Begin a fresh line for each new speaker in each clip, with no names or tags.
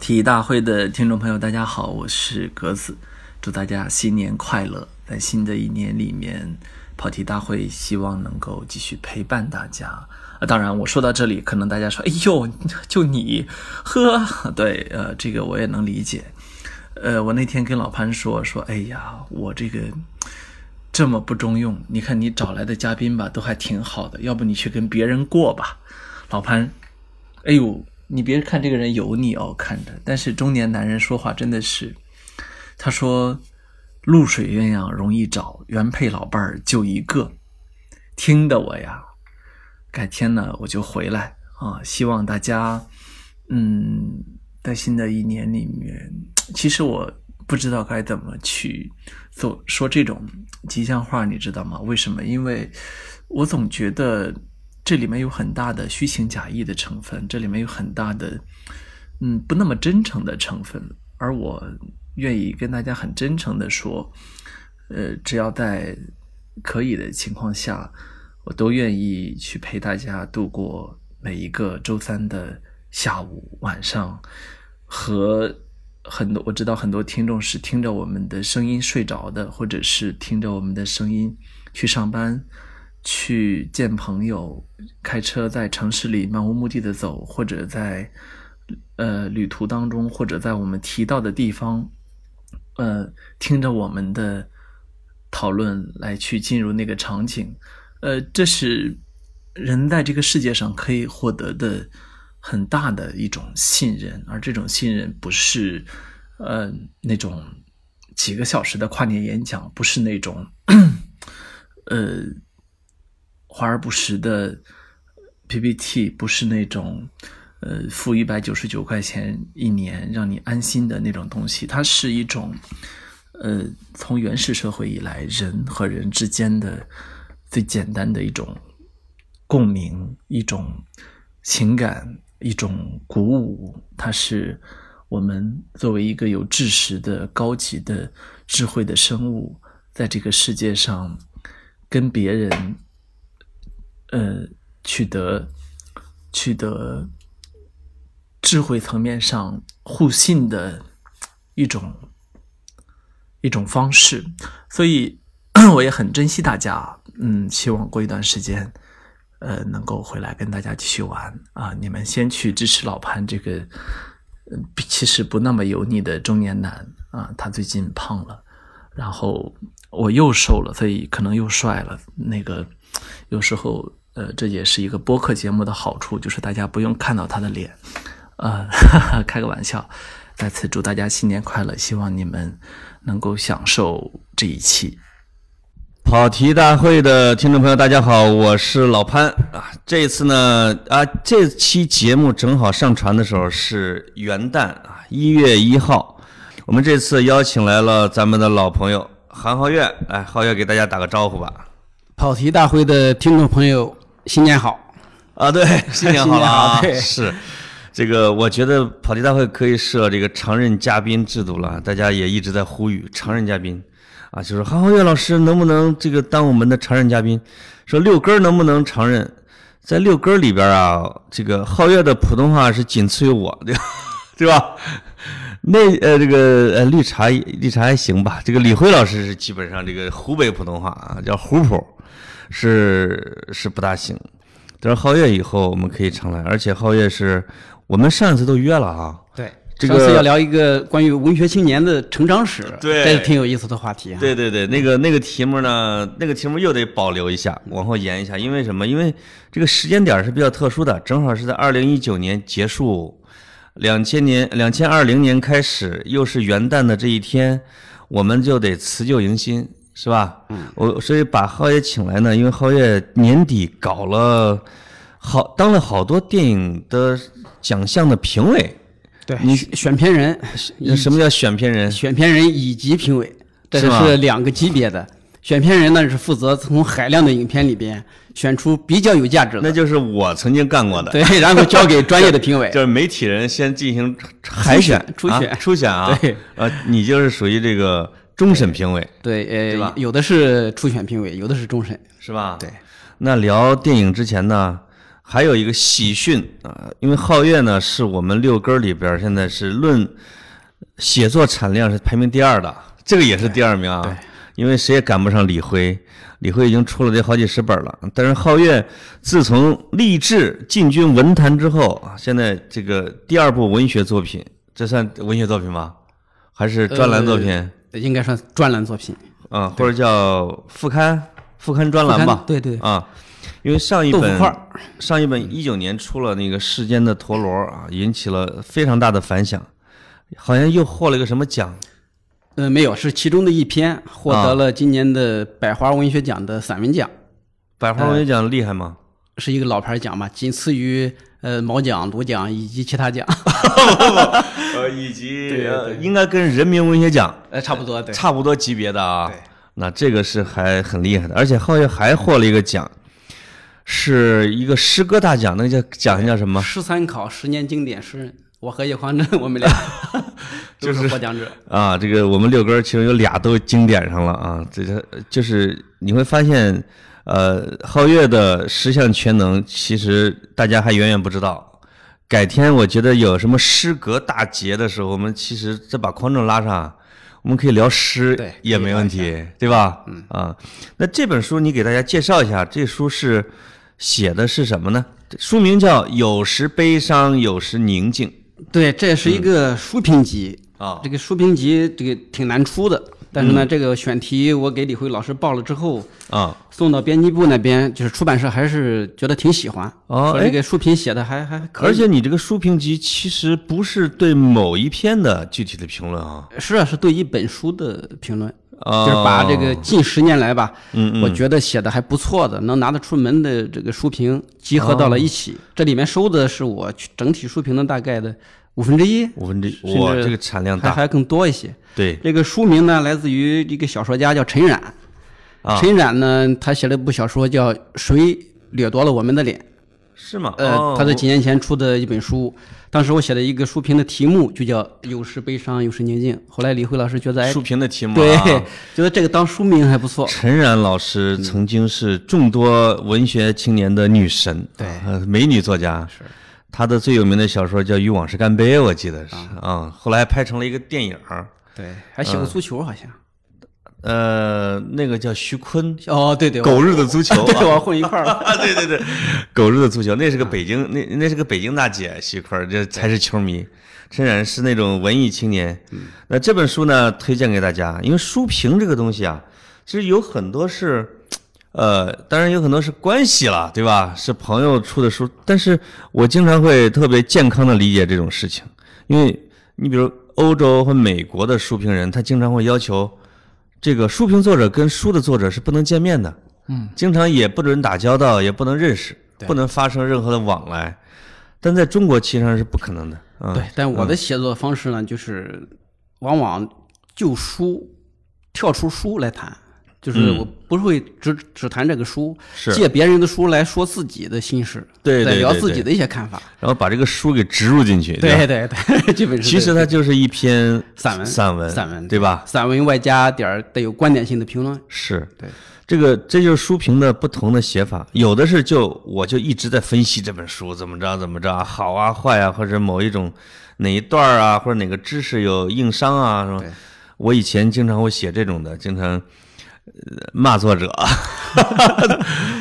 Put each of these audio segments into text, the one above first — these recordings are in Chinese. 题大会的听众朋友，大家好，我是格子，祝大家新年快乐！在新的一年里面，跑题大会希望能够继续陪伴大家。啊，当然，我说到这里，可能大家说：“哎呦，就你，呵， 对，呃，这个我也能理解。”呃，我那天跟老潘说说：“哎呀，我这个这么不中用，你看你找来的嘉宾吧，都还挺好的，要不你去跟别人过吧。”老潘，哎呦。你别看这个人油腻哦，看着，但是中年男人说话真的是，他说：“露水鸳鸯容易找，原配老伴儿就一个。”听得我呀，改天呢我就回来啊。希望大家，嗯，在新的一年里面，其实我不知道该怎么去做说这种吉祥话，你知道吗？为什么？因为我总觉得。这里面有很大的虚情假意的成分，这里面有很大的，嗯，不那么真诚的成分。而我愿意跟大家很真诚的说，呃，只要在可以的情况下，我都愿意去陪大家度过每一个周三的下午、晚上。和很多我知道很多听众是听着我们的声音睡着的，或者是听着我们的声音去上班。去见朋友，开车在城市里漫无目的的走，或者在呃旅途当中，或者在我们提到的地方，呃，听着我们的讨论来去进入那个场景，呃，这是人在这个世界上可以获得的很大的一种信任，而这种信任不是呃那种几个小时的跨年演讲，不是那种呃。华而不实的 PPT 不是那种，呃，付一百九十九块钱一年让你安心的那种东西，它是一种，呃，从原始社会以来人和人之间的最简单的一种共鸣、一种情感、一种鼓舞，它是我们作为一个有知识的高级的智慧的生物，在这个世界上跟别人。呃，取得取得智慧层面上互信的一种一种方式，所以 我也很珍惜大家。嗯，希望过一段时间，呃，能够回来跟大家继续玩啊！你们先去支持老潘这个，呃、其实不那么油腻的中年男啊，他最近胖了，然后我又瘦了，所以可能又帅了。那个有时候。呃，这也是一个播客节目的好处，就是大家不用看到他的脸，呃，哈哈开个玩笑。再次祝大家新年快乐，希望你们能够享受这一期
跑题大会的听众朋友，大家好，我是老潘啊。这次呢，啊，这期节目正好上传的时候是元旦啊，一月一号。我们这次邀请来了咱们的老朋友韩皓月，哎，皓月给大家打个招呼吧。
跑题大会的听众朋友，新年好！
啊，对， 新年好了啊！
新年好对
是，这个我觉得跑题大会可以设这个常任嘉宾制度了，大家也一直在呼吁常任嘉宾啊，就是韩红月老师能不能这个当我们的常任嘉宾？说六根儿能不能常任？在六根儿里边啊，这个皓月的普通话是仅次于我，对吧？ 对吧？那呃，这个呃，绿茶绿茶还行吧。这个李辉老师是基本上这个湖北普通话啊，叫湖普，是是不大行。但是皓月以后我们可以常来，而且皓月是我们上一次都约了啊。
对，
这个
上次要聊一个关于文学青年的成长史，
对
这是挺有意思的话题啊。
对对对，那个那个题目呢，那个题目又得保留一下，往后延一下，因为什么？因为这个时间点儿是比较特殊的，正好是在二零一九年结束，两千年两千二零年开始，又是元旦的这一天，我们就得辞旧迎新，是吧？嗯，我所以把皓月请来呢，因为皓月年底搞了好当了好多电影的奖项的评委，
对，你选片人，
什么叫选片人？
选片人以及评委，这
是
个
吗
是两个级别的。选片人呢是负责从海量的影片里边选出比较有价值
那
的，
就是我曾经干过的。
对，然后交给专业的评 委
就。是媒体人先进行海选、
初选
啊、初选啊。
对，
呃，你就是属于这个终审评委，
对，
对
呃
吧，
有的是初选评委，有的是终审。
是吧？
对。
那聊电影之前呢，还有一个喜讯啊，因为皓月呢是我们六根儿里边儿现在是论写作产量是排名第二的，这个也是第二名啊。因为谁也赶不上李辉，李辉已经出了这好几十本了。但是皓月自从立志进军文坛之后啊，现在这个第二部文学作品，这算文学作品吗？还是专栏作品？
应该算专栏作品。
啊，或者叫副刊、副刊专栏
呃副
吧
刊。对对
啊，因为上一
豆腐
本
块儿
上一本一九年出了那个《世间的陀螺》啊，引起了非常大的反响，好像又获了一个什么奖
呃，没有，是其中的一篇获
啊
得了今年的百花文学奖的散文奖，
——百花文学奖，厉害吗？
是一个老牌奖嘛，仅次于呃毛奖、鲁奖以及其他奖，
呃，以及
对
呃
对
应该跟人民文学奖
呃，差不多对。
差不多级别的啊
对。
那这个是还很厉害的，而且皓月还获了一个奖，是一个诗歌大奖，那个叫奖叫什么？
十三考十年经典诗人，我和叶匡正，我们俩都是获奖者。
啊，这个我们六根儿其中有俩都经典上了啊，这个就是你会发现，呃，皓月的十项全能其实大家还远远不知道。改天我觉得有什么诗歌大节的时候，我们其实再把匡正拉上，我们可以聊诗，
对
也没问题，对吧？嗯啊，那这本书你给大家介绍一下，这书是写的是什么呢？书名叫《有时悲伤，有时宁静》
对，这是一个书评集，
嗯啊嗯
这个书评集这个挺难出的，但是呢，这个选题我给李辉老师报了之后，
啊，
送到编辑部那边，就是出版社还是觉得挺喜欢，
哦
说
哎
这个书评写的还还可以。
而且你这个书评集其实不是对某一篇的具体的评论啊，
是啊，是对一本书的评论，
啊，
就是把这个近十年来吧，
嗯
我觉得写的还不错的，能拿得出门的这个书评集合到了一
哦
起。这里面收的是我去整体书评的大概的五分之一，
五分之
甚
一，哇，
至
这个产量
还
大，
还更多一些。
对
这个书名呢，来自于一个小说家叫陈冉。
啊，
陈冉呢，他写了一部小说叫《谁掠夺了我们的脸》，
是吗？
呃
哦，
他是几年前出的一本书。当时我写的一个书评的题目就叫“有时悲伤，有时宁静”。后来李慧老师觉得，哎
书，评的题目
对
啊，，
觉得这个当书名还不错。
陈然老师曾经是众多文学青年的女神，
对
呃美女作家是。她的最有名的小说叫《与往事干杯》，我记得是啊，后来还拍成了一个电影儿，
对，还写过足球好像。
呃，那个叫徐 坤《
哦，对对，我
狗 日的足球》 啊，
对我混一块儿了。
啊， 对对对，狗日的足球，那是个北京，那那是个北京大姐，徐坤儿这才是球迷，陈然是那种文艺青年。那这本书呢，推荐给大家，因为书评这个东西啊，其实有很多是，呃，当然有很多是关系了，对吧？是朋友出的书，但是我经常会特别健康的理解这种事情，因为你比如欧洲和美国的书评人，他经常会要求。这个书评作者跟书的作者是不能见面的，嗯，经常也不准打交道，也不能认识，不能发生任何的往来。但在中国其实上是不可能的，啊、
对，但我的写作方式呢，就是往往就书跳出书来谈，就是我不是会只只谈这个书，
嗯是
借别人的书来说自己的心事，
对
再
对
聊
对
自己
对
的一些看法。
然后把这个书给植入进去，吧
对对对， 基本是
其实
这
它
个
就是一篇
散文
散文，
散文
对吧？
散文外加点儿带有观点性的评论，
是，
对，
这个这就是书评的不同的写法，有的是就我就一直在分析这本书怎么着怎么着啊好啊坏啊，或者某一种哪一段儿啊，或者哪个知识有硬伤啊，是吧
对？
我以前经常会写这种的，经常呃骂作者。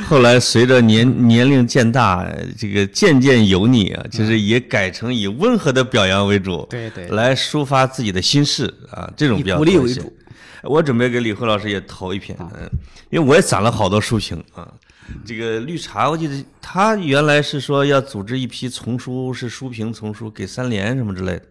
后来随着年年龄渐大，这个渐渐油腻啊，就是也改成以温和的表扬为主，
嗯对对
来抒发自己的心事啊，这种
以
比较
鼓励
多一
为
些
主。啊
我准备给李慧老师也投一篇，嗯，因为我也攒了好多书评啊。这个绿茶，我记得他原来是说要组织一批丛书，是书评丛书给三联什么之类的，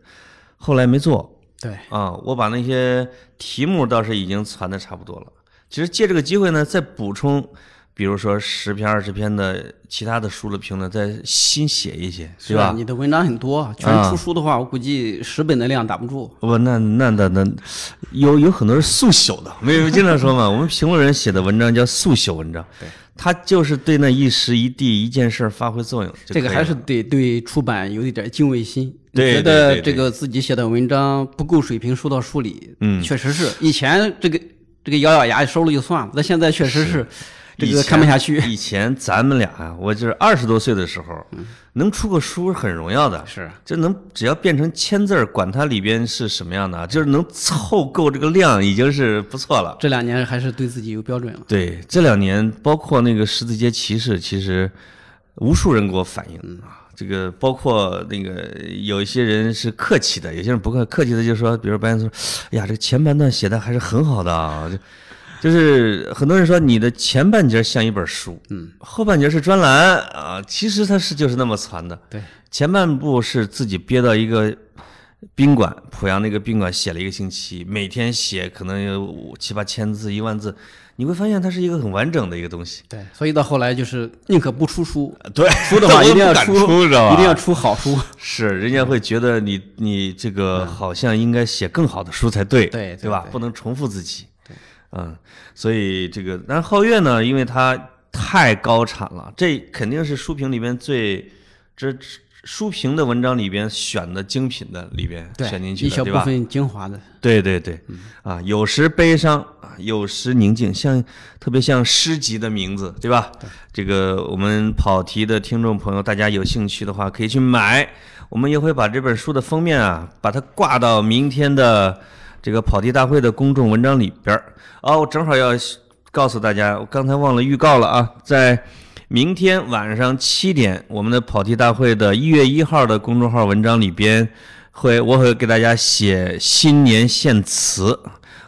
后来没做
对，
啊。我把那些题目倒是已经传的差不多了。其实借这个机会呢，再补充，比如说十篇、二十篇的其他的书的评论，再新写一些，对吧？嗯
你的文章很多，啊全出书的话，我估计十本的量打不住。
不，那那那那，有有很多是速朽的，没有经常说嘛。我们评论人写的文章叫速朽文章，他就是对那一时一地一件事儿发挥作用就可
这
以了。
个还是得对出版有一点敬畏心，
对对
觉得
对对
这个自己写的文章不够水平，收到书里，嗯，确实是以前这个这个咬咬牙收了就算了，但现在确实是这
以
个
前
看不下去。
以前咱们俩啊，我就是二十多岁的时候，能出个书是很荣耀的，
嗯是
这能只要变成千字儿，管它里边是什么样的啊，就是能凑够这个量已经是不错了。
这两年还是对自己有标准了。
对，这两年包括那个十字街骑士，其实无数人给我反映啊，这个包括那个有一些人是客气的，有些人不客客气的就说，比如白岩说，哎呀，这个前半段写的还是很好的啊，就就是很多人说你的前半截像一本书，嗯，后半截是专栏啊，其实它是就是那么传的，
对，
前半部是自己憋到一个宾馆，濮阳那个宾馆写了一个星期，每天写可能有五七八千字、一万字，你会发现它是一个很完整的一个东西。
对，所以到后来就是宁可不出 书，
对，
出的话
我都
一定
不
要
敢出知道吧？
一定要出好 书。
是，人家会觉得你你这个好像应该写更好的书才对，
对对
吧？
对
不能重复自己。嗯，所以这个，但是皓月呢，因为他太高产了，这肯定是书评里边最这这书评的文章里边选的精品的里边
对，
选进去
一小
的，对
部
吧？
分精华的，
对对对，啊，有时悲伤，啊有时宁静，像特别像诗集的名字，对吧？这个我们跑题的听众朋友，大家有兴趣的话可以去买，我们也会把这本书的封面啊，把它挂到明天的这个跑题大会的公众文章里边儿。哦，我正好要告诉大家，我刚才忘了预告了啊，在。明天晚上七点，我们的跑题大会的一月一号的公众号文章里边会，我会给大家写新年献词。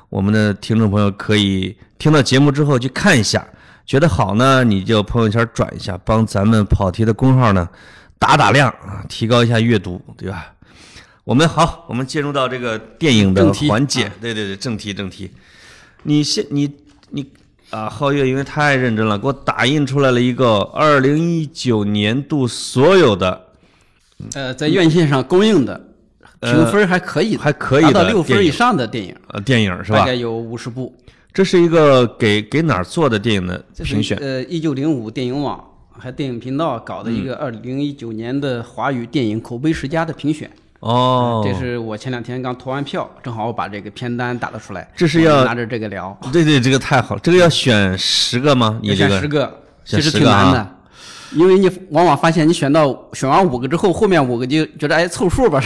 我们的听众朋友可以听到节目之后去看一下，觉得好呢，你就朋友圈转一下，帮咱们跑题的公号呢打打量啊，提高一下阅读，对吧？我们好，我们进入到这个电影的
正题啊
环节，对对对，正题正题。你先你你啊，皓月因为太认真了，给我打印出来了一个二零一九年度所有的
呃，在院线上公映的，评分还可以的，
呃还可以的
达到六分
电影
以上的电影，
呃电影是
大
吧
概？有五十部。
这是一个给给哪儿做的电影的
这是
评选？
呃，一九零五电影网还有电影频道搞的一
嗯
个二零一九年的华语电影口碑十佳的评选。
哦，
呃这是我前两天刚投完票，正好我把这个片单打了出来。
这是
我就
要
拿着这个聊，
对对，这个太好了，这个要选十个吗？你这
选十
个
个，
选
其实
10
挺
个啊
难的。因为你往往发现，你选到选完五个之后，后面五个就觉得哎凑数吧，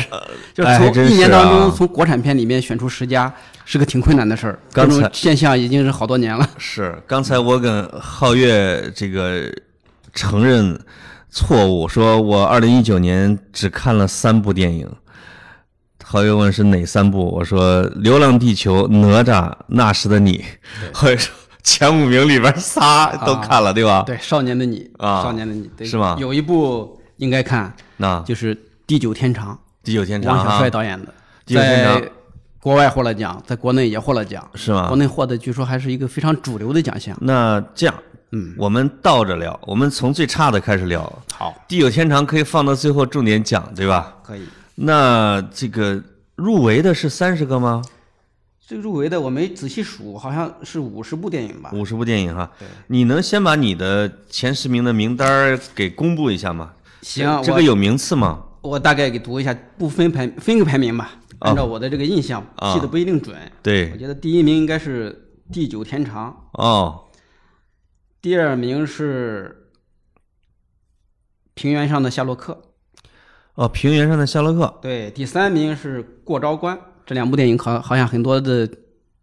就是
哎还
从
真
一年
是
当
啊
中从国产片里面选出十佳，是个挺困难的事儿。
刚
这种
才
现象已经是好多年了。
是刚才我跟皓月这个承认错误，说我二零一九年只看了三部电影。皓月问是哪三部？我说《流浪地球》《哪吒》《那时的你》。皓月说前五名里边仨都看了，对吧？
啊对，《少年的你》
啊
少年的你》对
是吗
有一部应该看，
那
就是《地久天长
地久天》，长
王小帅
啊，
导演的，
地久天长
在国外获了奖，在国内也获了奖，
是吗
国？内获的据说还是一个非常主流的奖项。
那这样，嗯，我们倒着聊，我们从最差的开始聊。
好，
地久天长可以放到最后重点讲，对吧？
可以。
那这个入围的是三十个吗？
最入围的我没仔细数，好像是五十部电影吧。
五十部电影哈，你能先把你的前十名的名单儿给公布一下吗？
行，啊
这
我
个有名次吗？
我大概给读一下，不分排分个排名吧，按照我的这个印象，
啊
记得不一定准。我
对，
觉得第一名应该是《地久天长》，
哦，
第二名是《平原上的夏洛克》，
哦，平原上的夏洛 克，
对，第三名是《过昭关》。这两部电影好，好像很多的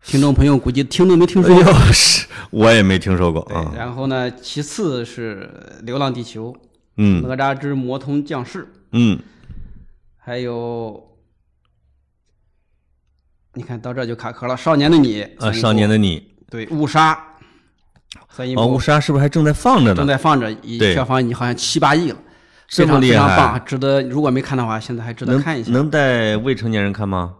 听众朋友估计听都没听说过。
哎呦，是我也没听说过
对，
啊，
然后呢，其次是《流浪地球》
嗯
哪吒之魔童降世》，
嗯，
还有，你看到这就卡壳了，《少年的你》
啊，
算一部
少年的你，
对《误杀》算一
哦，误
部
杀是不是还正在放着
正
呢？
在放着，已
对
票房已经好像七八亿了，
这
非
么
常
厉
非常
害，
棒，值得。如果没看的话，现在还值得
能
看一下，
能带未成年人看吗？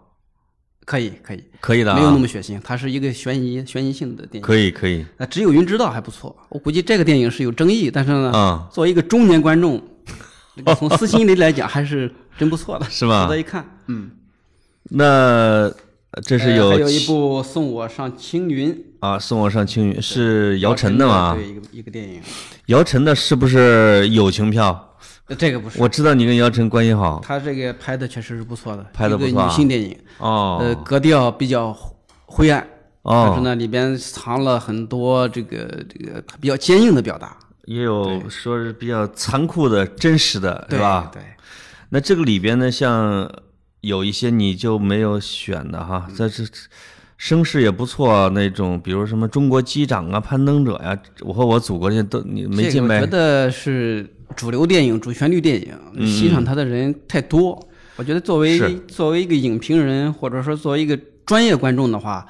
可以可以，
可以的啊，
没有那么血腥，它是一个悬疑悬疑性的电影。
可以可以
那只有云知道还不错，我估计这个电影是有争议，但是呢，
啊，
作为一个中年观众，这个从私心里来讲还是真不 错的，
是吧
值得一看。嗯，
那这是
呃还
有
有一
青
部《送我上青云
啊，送我上青云是姚晨的吗？
对，一个一个电影，
姚晨的是不是友情票？
呃这个不是，
我知道你跟姚晨关系好
他这个拍的确实是不错的，
拍得不错啊
呃一个女性电影，
哦，
呃，格调比较灰暗，
哦
但是呢，里边藏了很多这个这个比较坚硬的表达，
也有说是比较残酷的、真实的，
对
是吧？
对，
那这个里边呢，像有一些你就没有选的哈，
嗯
这这声势也不错，那种比如什么中国机长啊、攀登者呀、我和我祖国这些都你没
这
进
个我
呗
觉？得是主流电影、主旋律电影，欣赏它的人太多。我觉得作
嗯是
为作为一个影评人，或者说作为一个专业观众的话，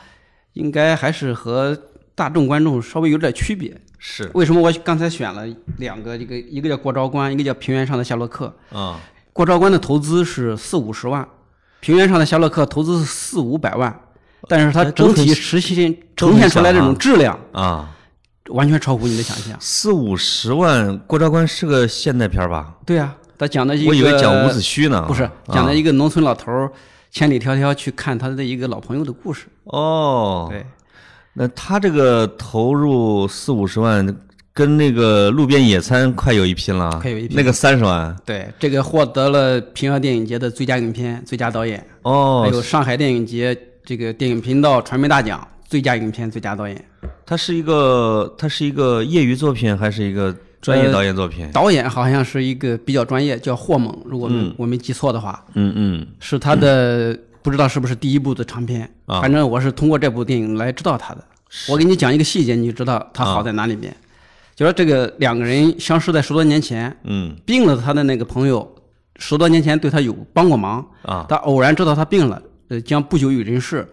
应该还是和大众观众稍微有点区别。
是
为什么我刚才选了两个，一个一个叫郭昭关，一个叫平原上的夏洛克。
啊、
郭昭关的投资是四五十万，平原上的夏洛克投资是四五百万，但是它
哎都很
整体实现
都
呈
很
现出
像
来这种
啊
质量，
啊，
完全超乎你的想象。
四五十万，郭昭关是个现代片儿吧？
对啊，他讲的一个，
我以为讲伍子胥呢，
不是
啊
讲的一个农村老头儿千里迢迢去看他的一个老朋友的故事。
哦，
对，
那他这个投入四五十万，跟那个路边野餐快有一拼了啊，
快有一拼
那个三十万
对，这个获得了平遥电影节的最佳影片、最佳导演，还
哦，
有上海电影节这个电影频道传媒大奖最佳影片、最佳导演。
它是一个，它是一个业余作品还是一个专业导演作品？
导演好像是一个比较专业，叫霍猛，如果我没我没记错的话，
嗯嗯，
是他的不知道是不是第一部的长片，
啊
反正我是通过这部电影来知道他的。我给你讲一个细节，你就知道他好
啊
在哪里边。就说这个两个人相识在十多年前，
嗯
病了他的那个朋友，十多年前对他有帮过忙，
啊
他偶然知道他病了，呃，将不久于人世，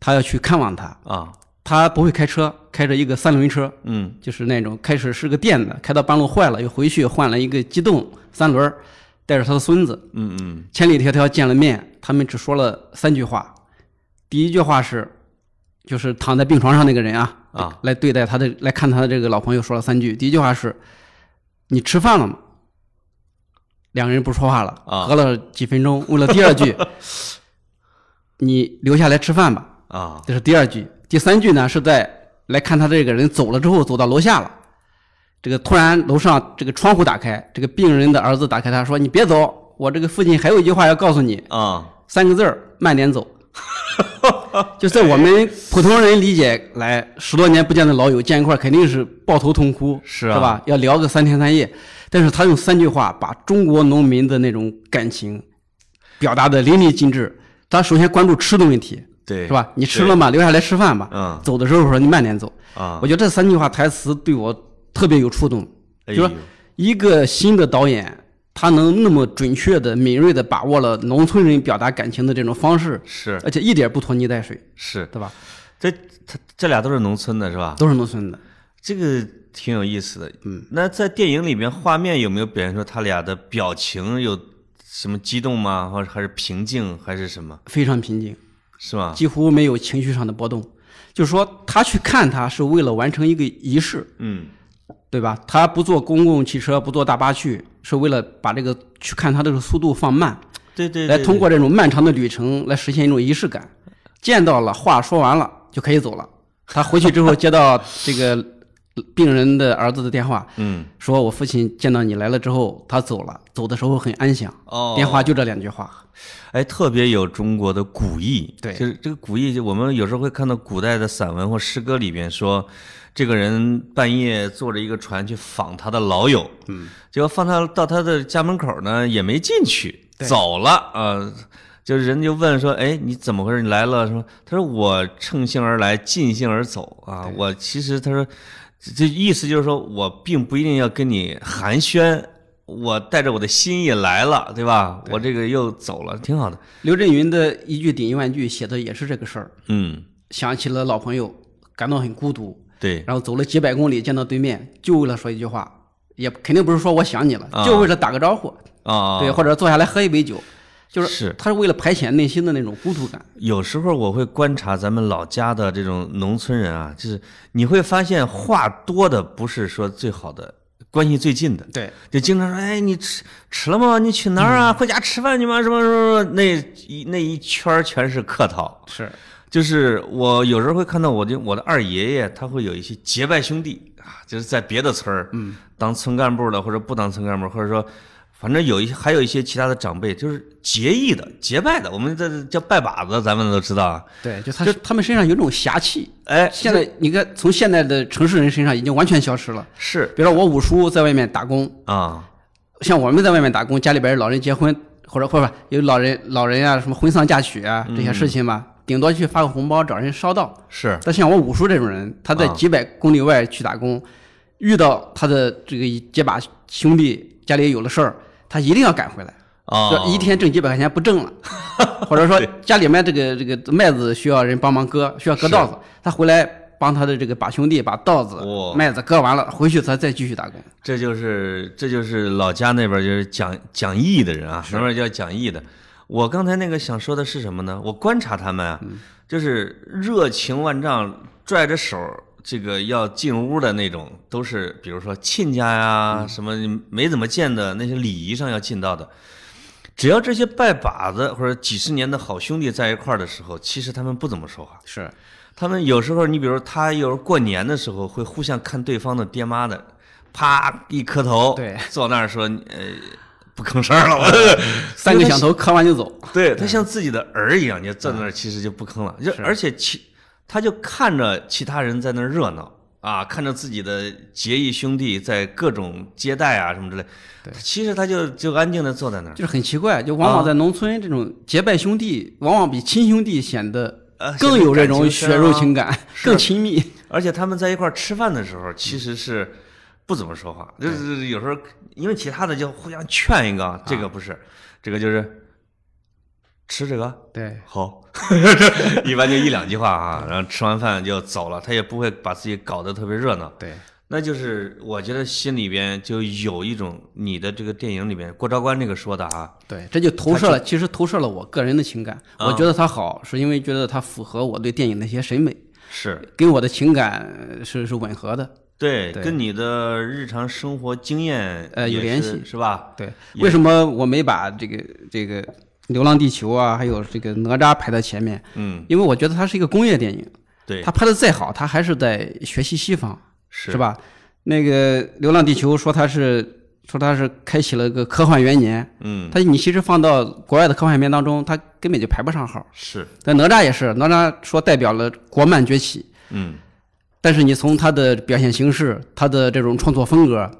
他要去看望他。
啊
他不会开车，开着一个三轮车，
嗯
就是那种开始是个电的，开到半路坏了，又回去换了一个机动三轮儿，带着他的孙子，
嗯嗯，
千里迢迢见了面，他们只说了三句话。第一句话是，就是躺在病床上那个人啊，
啊，
来对待他的来看他的这个老朋友说了三句。第一句话是：“你吃饭了吗？”两个人不说话了，
啊
隔了几分钟，问了第二 句：“你留下来吃饭吧。”
啊
这是第二句。第三句呢，是在来看他这个人走了之后，走到楼下了。这个突然楼上这个窗户打开，这个病人的儿子打开他说：“你别走，我这个父亲还有一句话要告诉你，
啊
三个字儿，慢 点走。”就在我们普通人理解来，十多年不见的老友见一块儿肯定是抱头痛哭，
是啊
吧？要聊个三天三夜，但是他用三句话把中国农民的那种感情表达的淋漓尽致。他首先关注吃的问题，
对，
是吧？你吃了吗？留下来吃饭吧。
嗯
走的时候说你慢点走。
啊
我？觉得这三句话台词对我特别有触动。
哎
就
呦
说一个新的导演，他能那么准确的、敏锐的把握了农村人表达感情的这种方式，
是
而且一点不拖泥带水，
是，
对吧？
这它这俩都是农村的是吧？
都是农村的。
这个挺有意思的。嗯，那在电影里面画面有没有表现出他俩的表情有什么激动吗？或者还是平静还是什么？
非常平静，
是吗？
几乎没有情绪上的波动。就是说，他去看他是为了完成一个仪式，
嗯
对吧？他不坐公共汽车，不坐大巴去，是为了把这个去看他这个速度放慢。
对对
来
对
通过这种漫长的旅程来实现一种仪式感。见到了，话说完了就可以走了。他回去之后接到这个病人的儿子的电话，
嗯
说我父亲见到你来了之后，他走了，走的时候很安详。
哦
电话就这两句话，
哎，特别有中国的古意。
对
就是这个古意，就我们有时候会看到古代的散文或诗歌里边说，这个人半夜坐着一个船去访他的老友，嗯，结果放他到他的家门口呢，也没进去，走了啊。呃就是人就问说，哎，你怎么回事？你来了？什么？他说我乘兴而来，尽兴而走啊。我其实他说，这这意思就是说我并不一定要跟你寒暄，我带着我的心意来了，对吧？我这个又走了，挺好的。
刘震云的一句顶一万句写的也是这个事儿，
嗯，
想起了老朋友，感到很孤独，
对，
然后走了几百公里见到对面，就为了说一句话，也肯定不是说我想你了，
啊
就为了打个招呼，
啊，
对，或者坐下来喝一杯酒，就是
是
他是为了排遣内心的那种孤独感。
有时候我会观察咱们老家的这种农村人啊，就是你会发现话多的不是说最好的，关系最近的，
对，
就经常说，哎，你吃吃了吗？你去哪儿
嗯
啊？回家吃饭去吗？什么什么什么？那一那一圈儿全是客套。
是
就是我有时候会看到我的我的二爷爷，他会有一些结拜兄弟啊，就是在别的村儿，嗯，当村干部的或者不当村干部，或者说反正有一还有一些其他的长辈，就是结义的、结拜的，我们这叫拜把子，咱们都知道啊。
对，就他他们身上有种侠气。
哎，
现在你看，从现在的城市人身上已经完全消失了。
是
比如说我五叔在外面打工，
啊，
像我们在外面打工，家里边老人结婚或者或者有老人老人啊什么婚丧嫁娶啊这些事情吧，顶多去发个红包找人捎到。
是
但像我五叔这种人，他在
啊
几百公里外去打工，遇到他的这个结把兄弟家里有了事儿，他一定要赶回来。
啊，
这一天挣几百块钱不 挣了，或者说家里面这个这个麦子需要人帮忙割，需要割稻子，他回来帮他的这个把兄弟把稻子、
哇
麦子割完了，回去他再继续打工。
这就是这就是老家那边就是讲讲义的人啊，那边叫讲义的。我刚才那个想说的是什么呢？我观察他们啊，就是热情万丈，拽着手儿这个要进屋的那种，都是比如说亲家呀、什么没怎么见的那些礼仪上要尽到的。只要这些拜把子或者几十年的好兄弟在一块儿的时候，其实他们不怎么说话。
是，
他们有时候，你比如他有时候过年的时候会互相看对方的爹妈的，啪一磕头，
对，
坐那儿说，呃，不吭声了， 我
三个响头磕完就走。
对他像自己的儿一样，你就坐那儿其实就不吭了，就是而且其他就看着其他人在那儿热闹啊，看着自己的结义兄弟在各种接待啊什么之类，
对
其实他就就安静的坐在那儿，
就是很奇怪，就往往在农村这种结拜兄弟，往往比亲兄弟啊显得
呃
更有这种血肉情啊
感。
感，
是
更亲密。
而且他们在一块儿吃饭的时候，其实是不怎么说话，就是有时候因为其他的就互相劝一个啊，这个不是，这个就是吃这个
对，
好，一般就一两句话啊，然后吃完饭就走了，他也不会把自己搞得特别热闹。
对，
那就是我觉得心里边就有一种你的这个电影里边郭昭关这个说的啊，
对，这就投射了，其实投射了我个人的情感。
啊
我觉得它好，是因为觉得它符合我对电影的一些审美，
是
跟我的情感呃是是吻合的。
对
对
跟你的日常生活经验
呃有
也
联
是
系
是吧？
对，
也
为什么我没把这个这个《流浪地球》啊，还有这个哪吒排在前面？
嗯，
因为我觉得它是一个工业电影，
对，
它拍的再好，它还是在学习西方，
是
是？吧？那个《流浪地球》说它是说它是开启了一个科幻元年，
嗯，
它你其实放到国外的科幻片当中，它根本就排不上号。
是，
但哪吒也是，哪吒说代表了国漫崛起，
嗯。
但是你从他的表现形式，他的这种创作风格，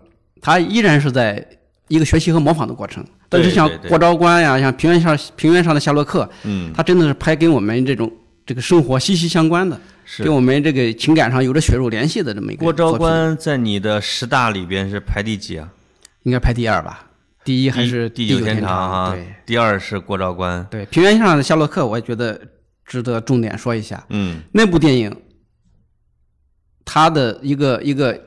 他依然是在一个学习和模仿的过程。但是
对
像
对对
郭昭关呀，像平原上平原上的夏洛克，
嗯，
他真的是拍跟我们这种这个生活息息相关的，
是
跟我们这个情感上有着血肉联系的这么一个
郭昭
作品，
关在你的十大里边是排第几啊？
应该排第二吧？第一还是
第
九
九
天
堂啊
对，
第二是郭昭关。
对，平原上的夏洛克，我也觉得值得重点说一下。
嗯
那部电影，它的一个一个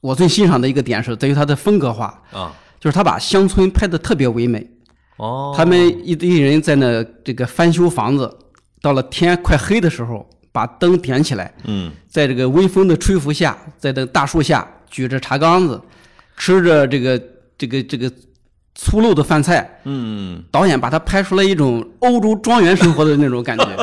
我最欣赏的一个点是在于它的风格化，
啊，
就是他把乡村拍得特别唯美。
哦，
他们一堆人在那这个翻修房子，到了天快黑的时候，把灯点起来，
嗯
在这个微风的吹拂下，在这个大树下举着茶缸子，吃着这个这个这个粗陋的饭菜，
嗯，
导演把它拍出了一种欧洲庄园生活的那种感觉。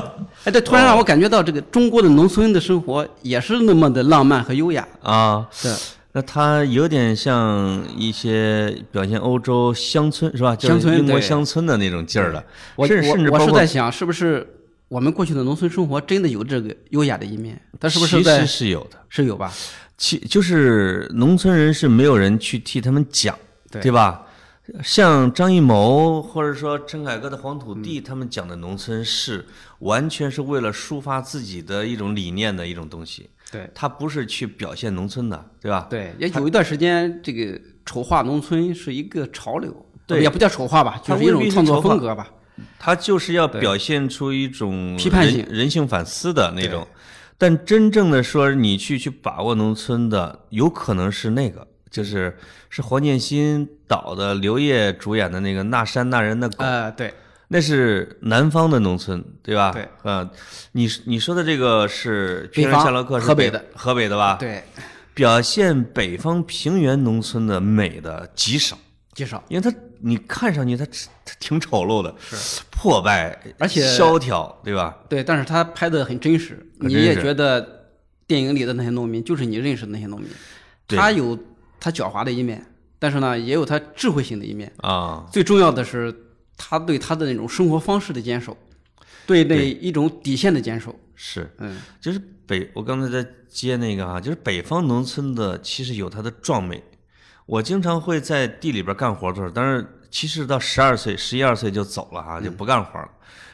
哎，这突然让我感觉到这个中国的农村的生活也是那么的浪漫和优雅。
啊，
对，
那他有点像一些表现欧洲乡村是吧？就是
乡村
英国
对
乡村的那种劲儿了，
我
甚甚至
我
包
我是
括
在想，是不是我们过去的农村生活真的有这个优雅的一面？它是不
其
是
实
在
是有的，
是有吧？
其就是农村人是没有人去替他们讲，
对
吧？像张艺谋或者说陈凯歌的《黄土
嗯
地》，他们讲的农村是完全是为了抒发自己的一种理念的一种东西，
对
他不是去表现农村的，对吧？
对，也有一段时间，这个丑化农村是一个潮流，
对
也不叫丑化吧，
它
就是一
未必
种
是
创作
丑化
风格吧。
他就是要表现出一种
批判性
人、人性反思的那种。但真正的说，你去去把握农村的，有可能是那个，就是是黄建新导的，刘烨主演的那个《那山那人那狗》，
呃，对，
那是南方的农村，对吧？
对，
呃，你你说的这个是平
北
原
方
夏洛克是
河北的，
河北的吧？，
啊对，
表现北方平原农村的美的极少，
介绍。
因为它你看上去它它挺丑陋的，是破败，
而且
萧条，对吧？
对，但是他拍的很真实，
很
你
真
也
实
觉得电影里的那些农民就是你认识的那些农民，
对
他有他狡猾的一面，但是呢，也有他智慧性的一面。
啊，
最重要的是，他对他的那种生活方式的坚守，对那一种底线的坚守。
是，
嗯，
就是北，我刚才在接那个啊，就是北方农村的，其实有它的壮美。我经常会在地里边干活的时候，但是其实到十二岁、十一二岁就走了
嗯
哈、就不干活了，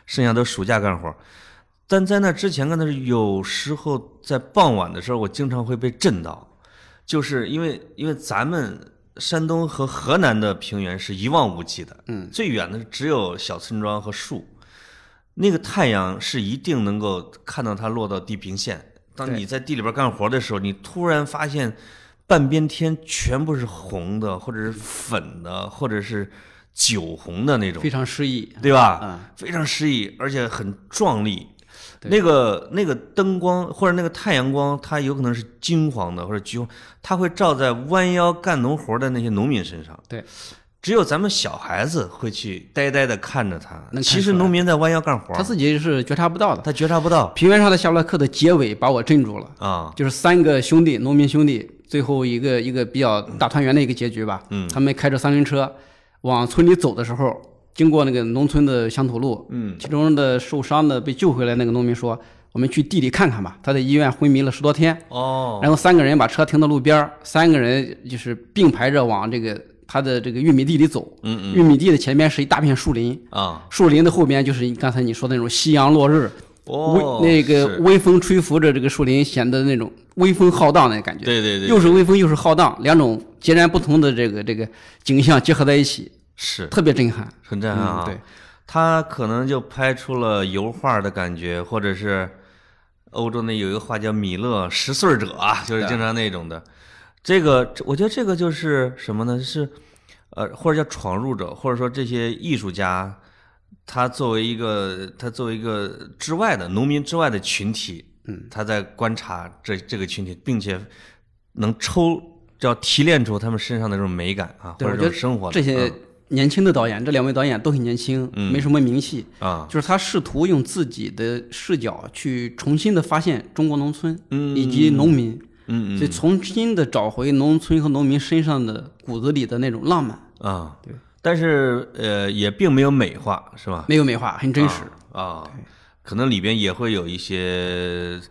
剩下都暑假干活。但在那之前，干的是有时候在傍晚的时候，我经常会被震到，就是因为因为咱们山东和河南的平原是一望无际的，嗯，最远的只有小村庄和树，那个太阳是一定能够看到它落到地平线。当
对
你在地里边干活的时候，你突然发现半边天全部是红的，或者是粉的，或者是酒红的那种
非，常诗意。
对吧？
嗯
非常诗意，而且很壮丽。
对
那个那个灯光或者那个太阳光，它有可能是金黄的或者橘黄，它会照在弯腰干农活的那些农民身上。
对，
只有咱们小孩子会去呆呆的看着它。
能看
其实
出来
农民在弯腰干活，
他自己是觉察不到的。
他觉察不到
平原上的夏洛克的结尾把我镇住了，
啊。
就是三个兄弟，农民兄弟，最后一个一个比较大团圆的一个结局吧。
嗯
他们开着三轮车往村里走的时候，经过那个农村的乡土路，
嗯
其中的受伤的被救回来那个农民说：“我们去地里看看吧。”他在医院昏迷了十多天，
哦
然后三个人把车停到路边儿，三个人就是并排着往这个他的这个玉米地里走。
嗯
玉米地的前面是一大片树林，
啊
树林的后边就是你刚才你说的那种夕阳落日，
哦
微那个
是
微风吹拂着这个树林，显得那种微风浩荡的感觉。
对对对
又是微风又是浩荡，两种截然不同的这个这个景象结合在一起，
是
特别震撼。
很震撼啊。
嗯，对，
他可能就拍出了油画的感觉，或者是欧洲那有一个画叫米勒《拾穗者》啊，就是经常那种的。这个这我觉得这个就是什么呢？是呃，或者叫闯入者，或者说这些艺术家，他作为一个他作为一个之外的农民之外的群体，嗯，他在观察这这个群体，并且能抽。叫提炼出他们身上的这种美感啊，
对
或者这
我觉
种
得
生活的
这些年轻的导演，这两位导演都很年轻，
嗯
没什么名气，
嗯啊，
就是他试图用自己的视角去重新的发现中国农村
嗯
以及农民，
嗯
所以
嗯
重新的找回农村和农民身上的骨子里的那种浪漫，
啊，
对，
但是呃，也并没有美化，是吧？
没有美化，很真实。
啊、可能里边也会有一些，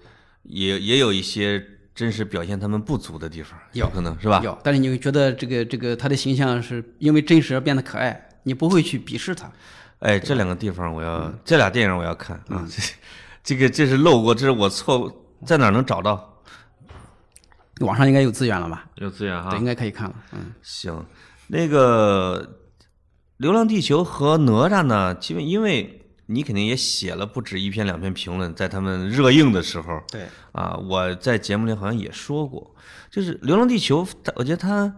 也也有一些真实表现他们不足的地方，
有
可能是吧？
有，但是你会觉得这个这个他的形象是因为真实而变得可爱，你不会去鄙视他。
哎，这两个地方我要，这俩电影我要看
嗯
啊，这 这个这是漏过，这是我错过，在哪儿能找到？
网上应该有资源了吧？
有资源
对，应该可以看了。嗯，
行，那个《流浪地球》和《哪吒》呢？基本因为你肯定也写了不止一篇两篇评论，在他们热映的时候，
对，
啊，我在节目里好像也说过，就是《流浪地球》它，我觉得它，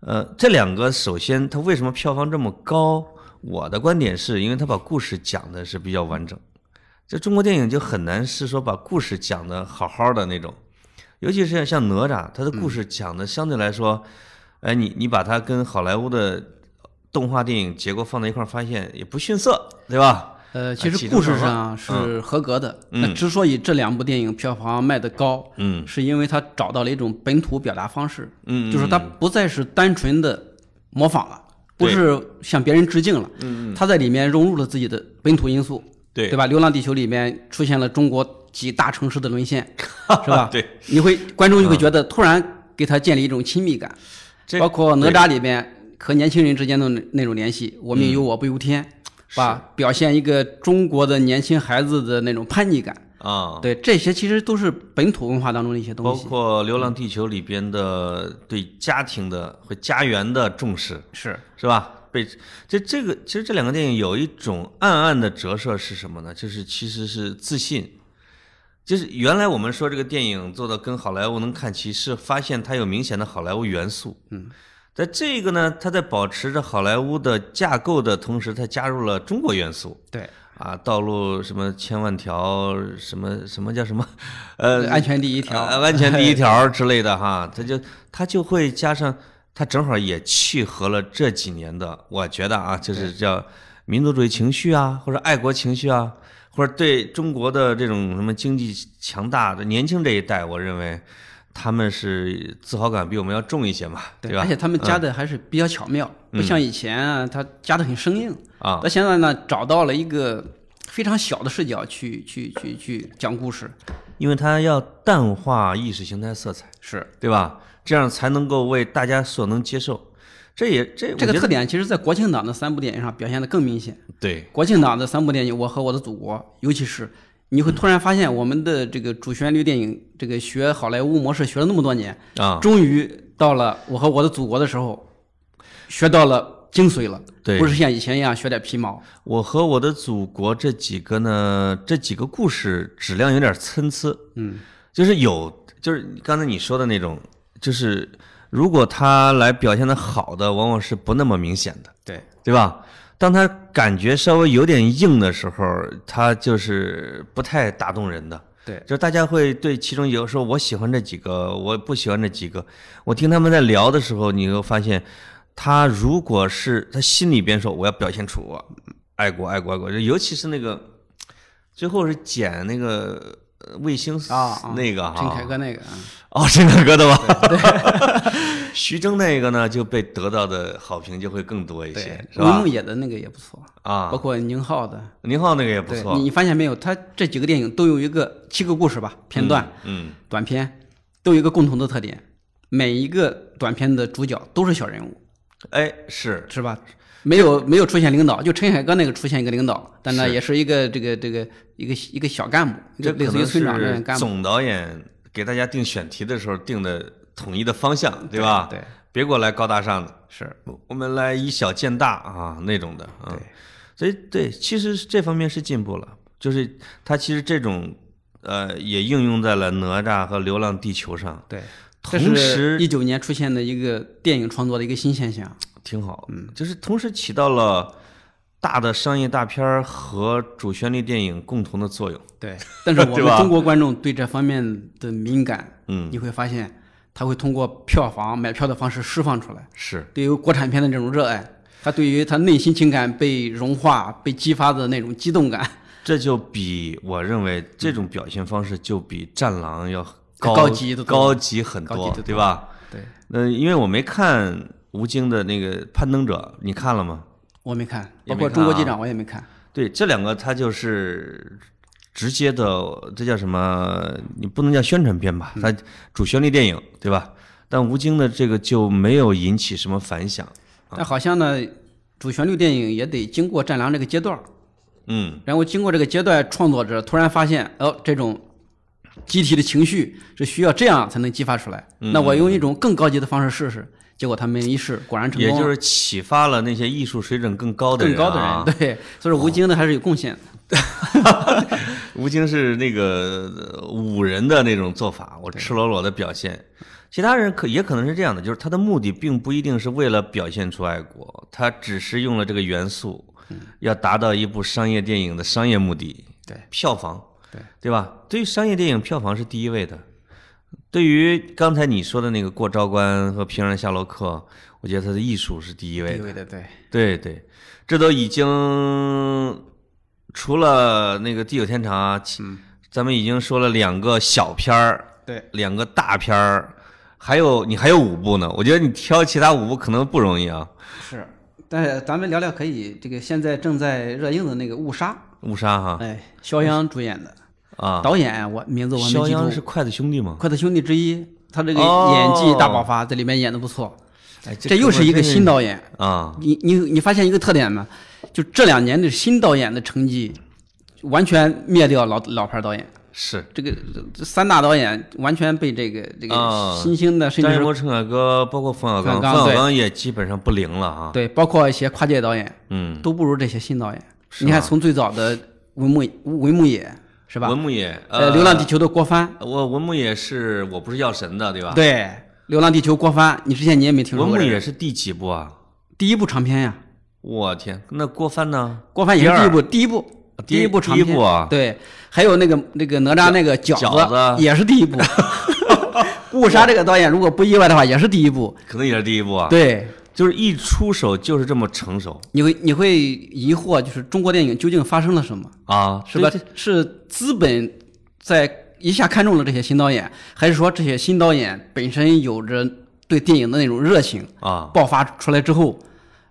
呃，这两个首先它为什么票房这么高？我的观点是因为它把故事讲的是比较完整，这中国电影就很难是说把故事讲的好好的那种，尤其是像哪吒，它的
嗯
故事讲的相对来说，哎，你你把它跟好莱坞的动画电影结构放在一块儿，发现也不逊色，对吧？
呃，
啊
其
启
实
动
故事
手
上是合格的。那
嗯
之所以这两部电影票房卖得高，
嗯
是因为他找到了一种本土表达方式，
嗯，
就是他不再是单纯的模仿了，不
对嗯
是向别人致敬了，他在里面融入了自己的本土因素，
对
对吧？《流浪地球》里面出现了中国几大城市的沦陷， 是吧？
对，嗯
你会观众就会觉得突然给他建立一种亲密感，
这
包括哪吒里面和年轻人之间的那那种联系，“我
嗯
命由我不由天”，吧？表现一个中国的年轻孩子的那种叛逆感，
啊，
对，这些其实都是本土文化当中的一些
包
东西，
括《流浪地球》里边的对家庭的和家园的重视，
是
是吧？被这这个其实这两个电影有一种暗暗的折射是什么呢？就是其实是自信，就是原来我们说这个电影做的跟好莱坞能看齐，是发现它有明显的好莱坞元素，嗯，但这个呢，它在保持着好莱坞的架构的同时，它加入了中国元素。
对，
啊，道路什么千万条，什么什么叫什么，呃，
安全第一条，
呃，完全第一 条之类的哈，它就它就会加上，它正好也契合了这几年的，我觉得啊，就是叫民族主义情绪啊，或者爱国情绪啊，或者对中国的这种什么经济强大的年轻这一代，我认为他们是自豪感比我们要重一些嘛，对吧？嗯
而且他们加的还是比较巧妙，不像以前啊，他加的很生硬。
啊，
到现在呢，找到了一个非常小的视角去去去去讲故事，
因为它要淡化意识形态色彩，
是
对吧？这样才能够为大家所能接受。这也这我
这个
觉
特
得
点，其实在国庆档的三部电影上表现的更明显。
对
国庆档的三部电影《我和我的祖国》，尤其是你会突然发现，我们的这个主旋律电影，这个学好莱坞模式学了那么多年，
啊，
终于到了《我和我的祖国》的时候，学到了精髓了，
对
不是像以前一样学点皮毛。
我和我的祖国这几个呢，这几个故事质量有点参差，
嗯，
就是有，就是刚才你说的那种，就是如果他来表现的好的，往往是不那么明显的，
对，
对吧？当他感觉稍微有点硬的时候，他就是不太打动人的。
对
就是大家会对其中有说我喜欢这几个，我不喜欢这几个。我听他们在聊的时候，你会发现，他如果是他心里边说我要表现出我爱国爱国爱国，就尤其是那个最后是捡那个呃卫星
啊啊
那个哈，
陈凯歌那个，啊
哦，陈凯歌的吗？ 徐峥那个呢，就被得到的好评就会更多一些，是
文
吧
牧？野的那个也不错，
啊
包，括宁浩的。
宁浩那个也不
对
错
你，你发现没有？他这几个电影都有一个七个故事吧，片段、
嗯，
短片，都有一个共同的特点，每一个短片的主角都是小人物，
哎，是
是吧？没有没有出现领导，就陈凯歌那个出现一个领导，但呢
是
也是一个这个这个一个一个小干部，一
这
个
可
类似
能
于村长这样的
是
干部，
总导演给大家定选题的时候定的统一的方向，对吧？
对，
别给我来高大上的，
是
我们来以小见大啊那种的啊。
对，
所以对，其实这方面是进步了，就是他其实这种呃也应用在了哪吒和流浪地球上，
对。这
同
是
时
一九年出现的一个电影创作的一个新现象，
挺好，嗯，就是同时起到了大的商业大片儿和主旋律电影共同的作用。
对。但是我
对
们
吧
中国观众对这方面的敏感，
嗯，
你会发现他会通过票房买票的方式释放出来。
是
对于国产片的这种热爱，他对于他内心情感被融化、被激发的那种激动感
这就比我认为这种表现方式就比《战狼》要
高级得多
高级很
高级
多
得多，
对吧？
对，
嗯，因为我没看吴京的那个《攀登者》，你看了吗？
我没看，
也没
包括《
看
中国
啊
机长》我也没看。
对，这两个它就是直接的，这叫什么？你不能叫宣传片吧？
嗯
它主旋律电影，对吧？但吴京的这个就没有引起什么反响。
但好像呢，主旋律电影也得经过《战狼》这个阶段，
嗯，
然后经过这个阶段，创作者突然发现，哦，这种集体的情绪是需要这样才能激发出来。
嗯
那我用一种更高级的方式试试，结果他们一试，果然成
也
功了。
就是启发了那些艺术水准更高的
更
人、啊。
高的人， 对，所以说吴京呢还是有贡献的。
吴京是那个呃五人的那种做法，我赤裸裸的表现。其他人可也可能是这样的，就是他的目的并不一定是为了表现出爱国，他只是用了这个元素，
嗯
要达到一部商业电影的商业目的，
对
票房，
对
对吧？对于商业电影，票房是第一位的。对于刚才你说的那个过昭关和平壤夏洛克，我觉得他的艺术是第一位的
地。位的对，
对对，这都已经除了那个地久天长啊，其
嗯
咱们已经说了两个小片儿，
对，
两个大片儿，还有你还有五部呢。我觉得你挑其他五部可能不容易啊。
是，但是咱们聊聊可以这个现在正在热映的那个《误杀
误杀》，哈
哎，肖央主演的，
啊，
导演我名字我
肖
没记
央是
住，
筷子兄弟吗？
筷子兄弟之一，他这个
哦
演技大爆发，在里面演的不错，
哎，
这又是一个新导演。
啊，
你你你发现一个特点吗？就这两年的新导演的成绩，完全灭掉老老牌导演。
是
这个这这三大导演完全被这个这个
啊
新兴的，甚
张
至
艺
是
谋、陈凯歌，包括冯小
冯小
刚，
刚
冯
对
小刚也基本上不灵了啊。
对，包括一些跨界导演，
嗯，
都不如这些新导演。
是
你看，
吗
从最早的文牧文牧野是吧
文？牧野，
呃，《流浪地球》的郭帆，
我文牧野是我不是药神的，对吧？
对，《流浪地球》郭帆，你之前你也没听
啊
说
文
过
牧
这个人。
野是第几部啊？
第一部长片呀，
我天，那郭帆呢？
郭帆也是
第
第一
二
部，第一部，
第一
一部长片。
第一部啊
对，还有那个那个哪吒那个饺
饺子
也是第一部。误杀这个导演，如果不意外的话，也是第一部。
可能也是第一部啊。，
对，
就是一出手就是这么成熟
你会你会疑惑，就是中国电影究竟发生了什么，
啊，
是吧
对？？
是资本在一下看中了这些新导演，还是说这些新导演本身有着对电影的那种热情
啊，
爆发出来之后，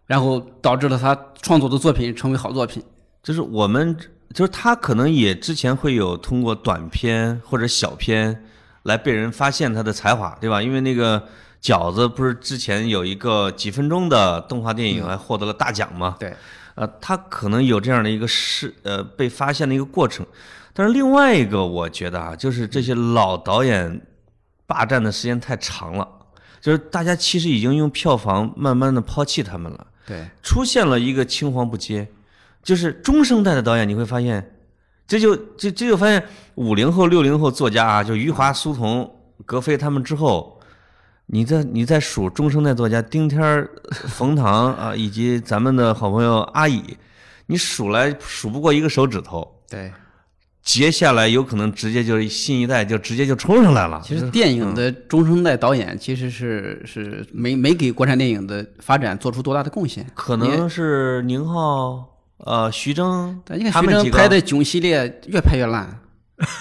然后导致了他创作的作品成为好作品？
就是我们就是他可能也之前会有通过短片或者小片来被人发现他的才华，对吧？因为那个饺子不是之前有一个几分钟的动画电影还获得了大奖吗？
对，
呃，他可能有这样的一个是呃被发现的一个过程。但是另外一个，我觉得啊，就是这些老导演霸占的时间太长了，就是大家其实已经用票房慢慢的抛弃他们了，
对，
出现了一个青黄不接，就是中生代的导演，你会发现，这就这这就发现五零后、六零后作家啊，就余华、苏童、格非他们之后，你再你再数中生代作家丁天儿、冯唐啊，以及咱们的好朋友阿乙，你数来数不过一个手指头。
对。
接下来有可能直接就是新一代就直接就冲上来了。
其实电影的中生代导演其实是是没没给国产电影的发展做出多大的贡献，
可能是宁浩、呃徐峥
但你看
他
徐
们
峥
几个
拍的《囧》系列越拍越 烂，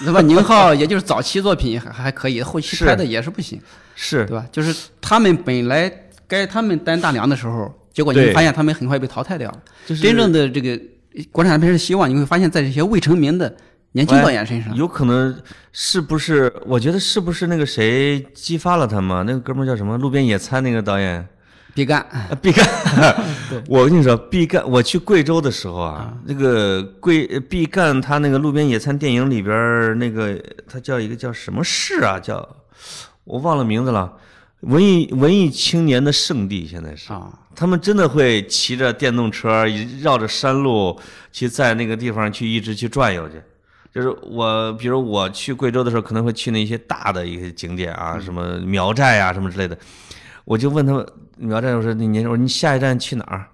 对吧？宁浩也就是早期作品还还可以，后期
是
拍的也是不行，
是
对吧？就是他们本来该他们担大梁的时候，结果你会
对
发现他们很快被淘汰掉了。
就是
真正的这个国产片的希望，你会发现在这些未成名的年轻导演身上。
有可能是不是？我觉得是不是那个谁激发了他们？那个哥们儿叫什么？路边野餐那个导演，
毕赣，
啊毕赣。我跟你说，毕赣，我去贵州的时候啊，那个贵呃毕赣他那个路边野餐电影里边儿那个他叫一个叫什么市啊？叫我忘了名字了。文艺文艺青年的圣地现在是
啊，
他们真的会骑着电动车一绕着山路去在那个地方去一直去转悠去。就是我，比如我去贵州的时候，可能会去那些大的一些景点啊，什么苗寨啊，什么之类的。我就问他们苗寨，我说你年轻人，我说你下一站去哪儿？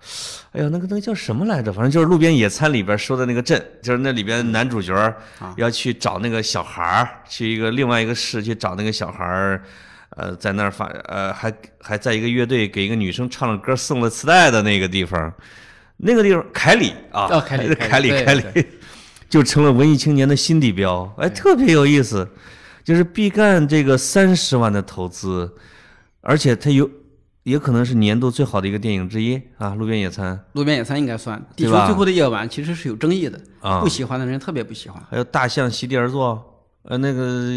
哎呦，那个那个叫什么来着？反正就是《路边野餐》里边说的那个镇，就是那里边男主角儿
啊
要去找那个小孩儿，去一个另外一个市去找那个小孩儿，呃，在那儿发呃还还在一个乐队给一个女生唱了歌送了磁带的那个地方，那个地方凯里啊，
哦凯里
凯里
凯里
凯里，就成了文艺青年的新地标，哎，特别有意思。就是毕赣这个三十万的投资，而且它有也可能是年度最好的一个电影之一啊，《路边野餐》。
路边野餐应该算《地球
对吧
最后的夜晚》，其实是有争议的，
啊
不喜欢的人特别不喜欢。
还有大象席地而坐，呃，那个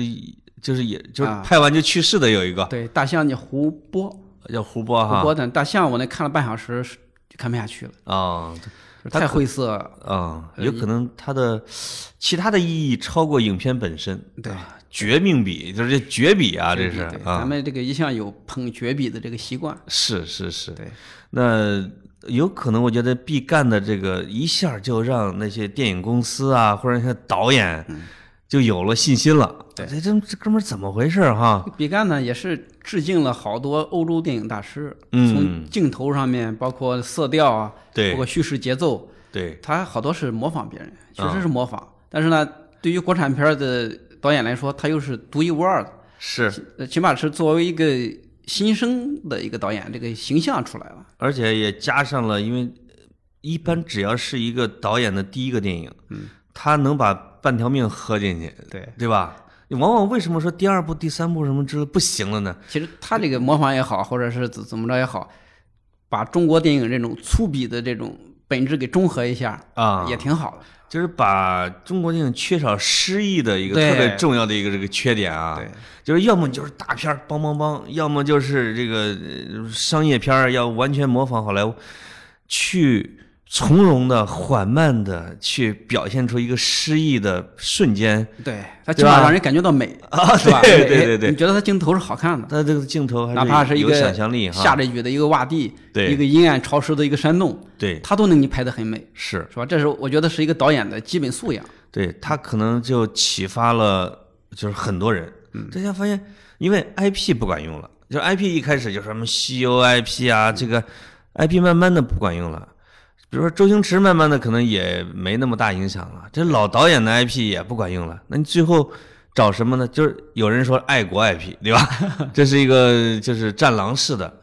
就是也就是
啊
拍完就去世的有一个、
对，大象叫胡波，
叫胡波
胡
哈
波的大象，我那看了半小时是就看不下去了，
啊
就是
他
太
可
晦涩。
啊，有可能它的其他的意义超过影片本身，
对
啊绝命笔就是这绝笔啊，这是
对咱
啊，
们这个一向有捧绝笔的这个习惯。
是是是，
对，
那有可能，我觉得毕赣的这个一下就让那些电影公司啊，或者那些导演就有了信心了。哎
嗯对
这这这哥们儿怎么回事儿哈？
毕赣呢也是致敬了好多欧洲电影大师，
嗯
从镜头上面，包括色调啊，
对
包括叙事节奏，
对，
他好多是模仿别人，确
啊
实是模仿。但是呢，对于国产片儿的导演来说，他又是独一无二的，
是，
呃起码是作为一个新生的一个导演，这个形象出来了。
而且也加上了，因为一般只要是一个导演的第一个电影，他能把半条命喝进去，
嗯对，
对吧？往往为什么说第二部、第三部什么之类不行了呢？
其实他这个模仿也好，或者是怎怎么着也好，把中国电影这种粗鄙的这种本质给中和一下，
啊，
也挺好的。
就是把中国电影缺少诗意的一个
对
特别重要的一个这个缺点啊，
对
就是要么就是大片儿梆梆梆，要么就是这个呃商业片儿要完全模仿好莱坞，去从容的、缓慢的去表现出一个诗意的瞬间，
对，他起码让人感觉到美啊，是吧？
对
美
对对对
你觉得他镜头是好看的，
它这个镜头还
哪怕是一
有
个
想象力
下
哈，
着雨的一个洼地，
对
一个阴暗潮湿的一个山洞，
对，
他都能给你拍得很美，
是
是吧？这是我觉得是一个导演的基本素养。
对他可能就启发了，就是很多人。大家发现，因为 IP 不管用了，就是 IP 一开始就什么西游 IP 啊，这个 IP 慢慢的不管用了。比如说周星驰，慢慢的可能也没那么大影响了。这老导演的 IP 也不管用了，那你最后找什么呢？就是有人说爱国 IP，对吧？ 这是一个就是战狼式的，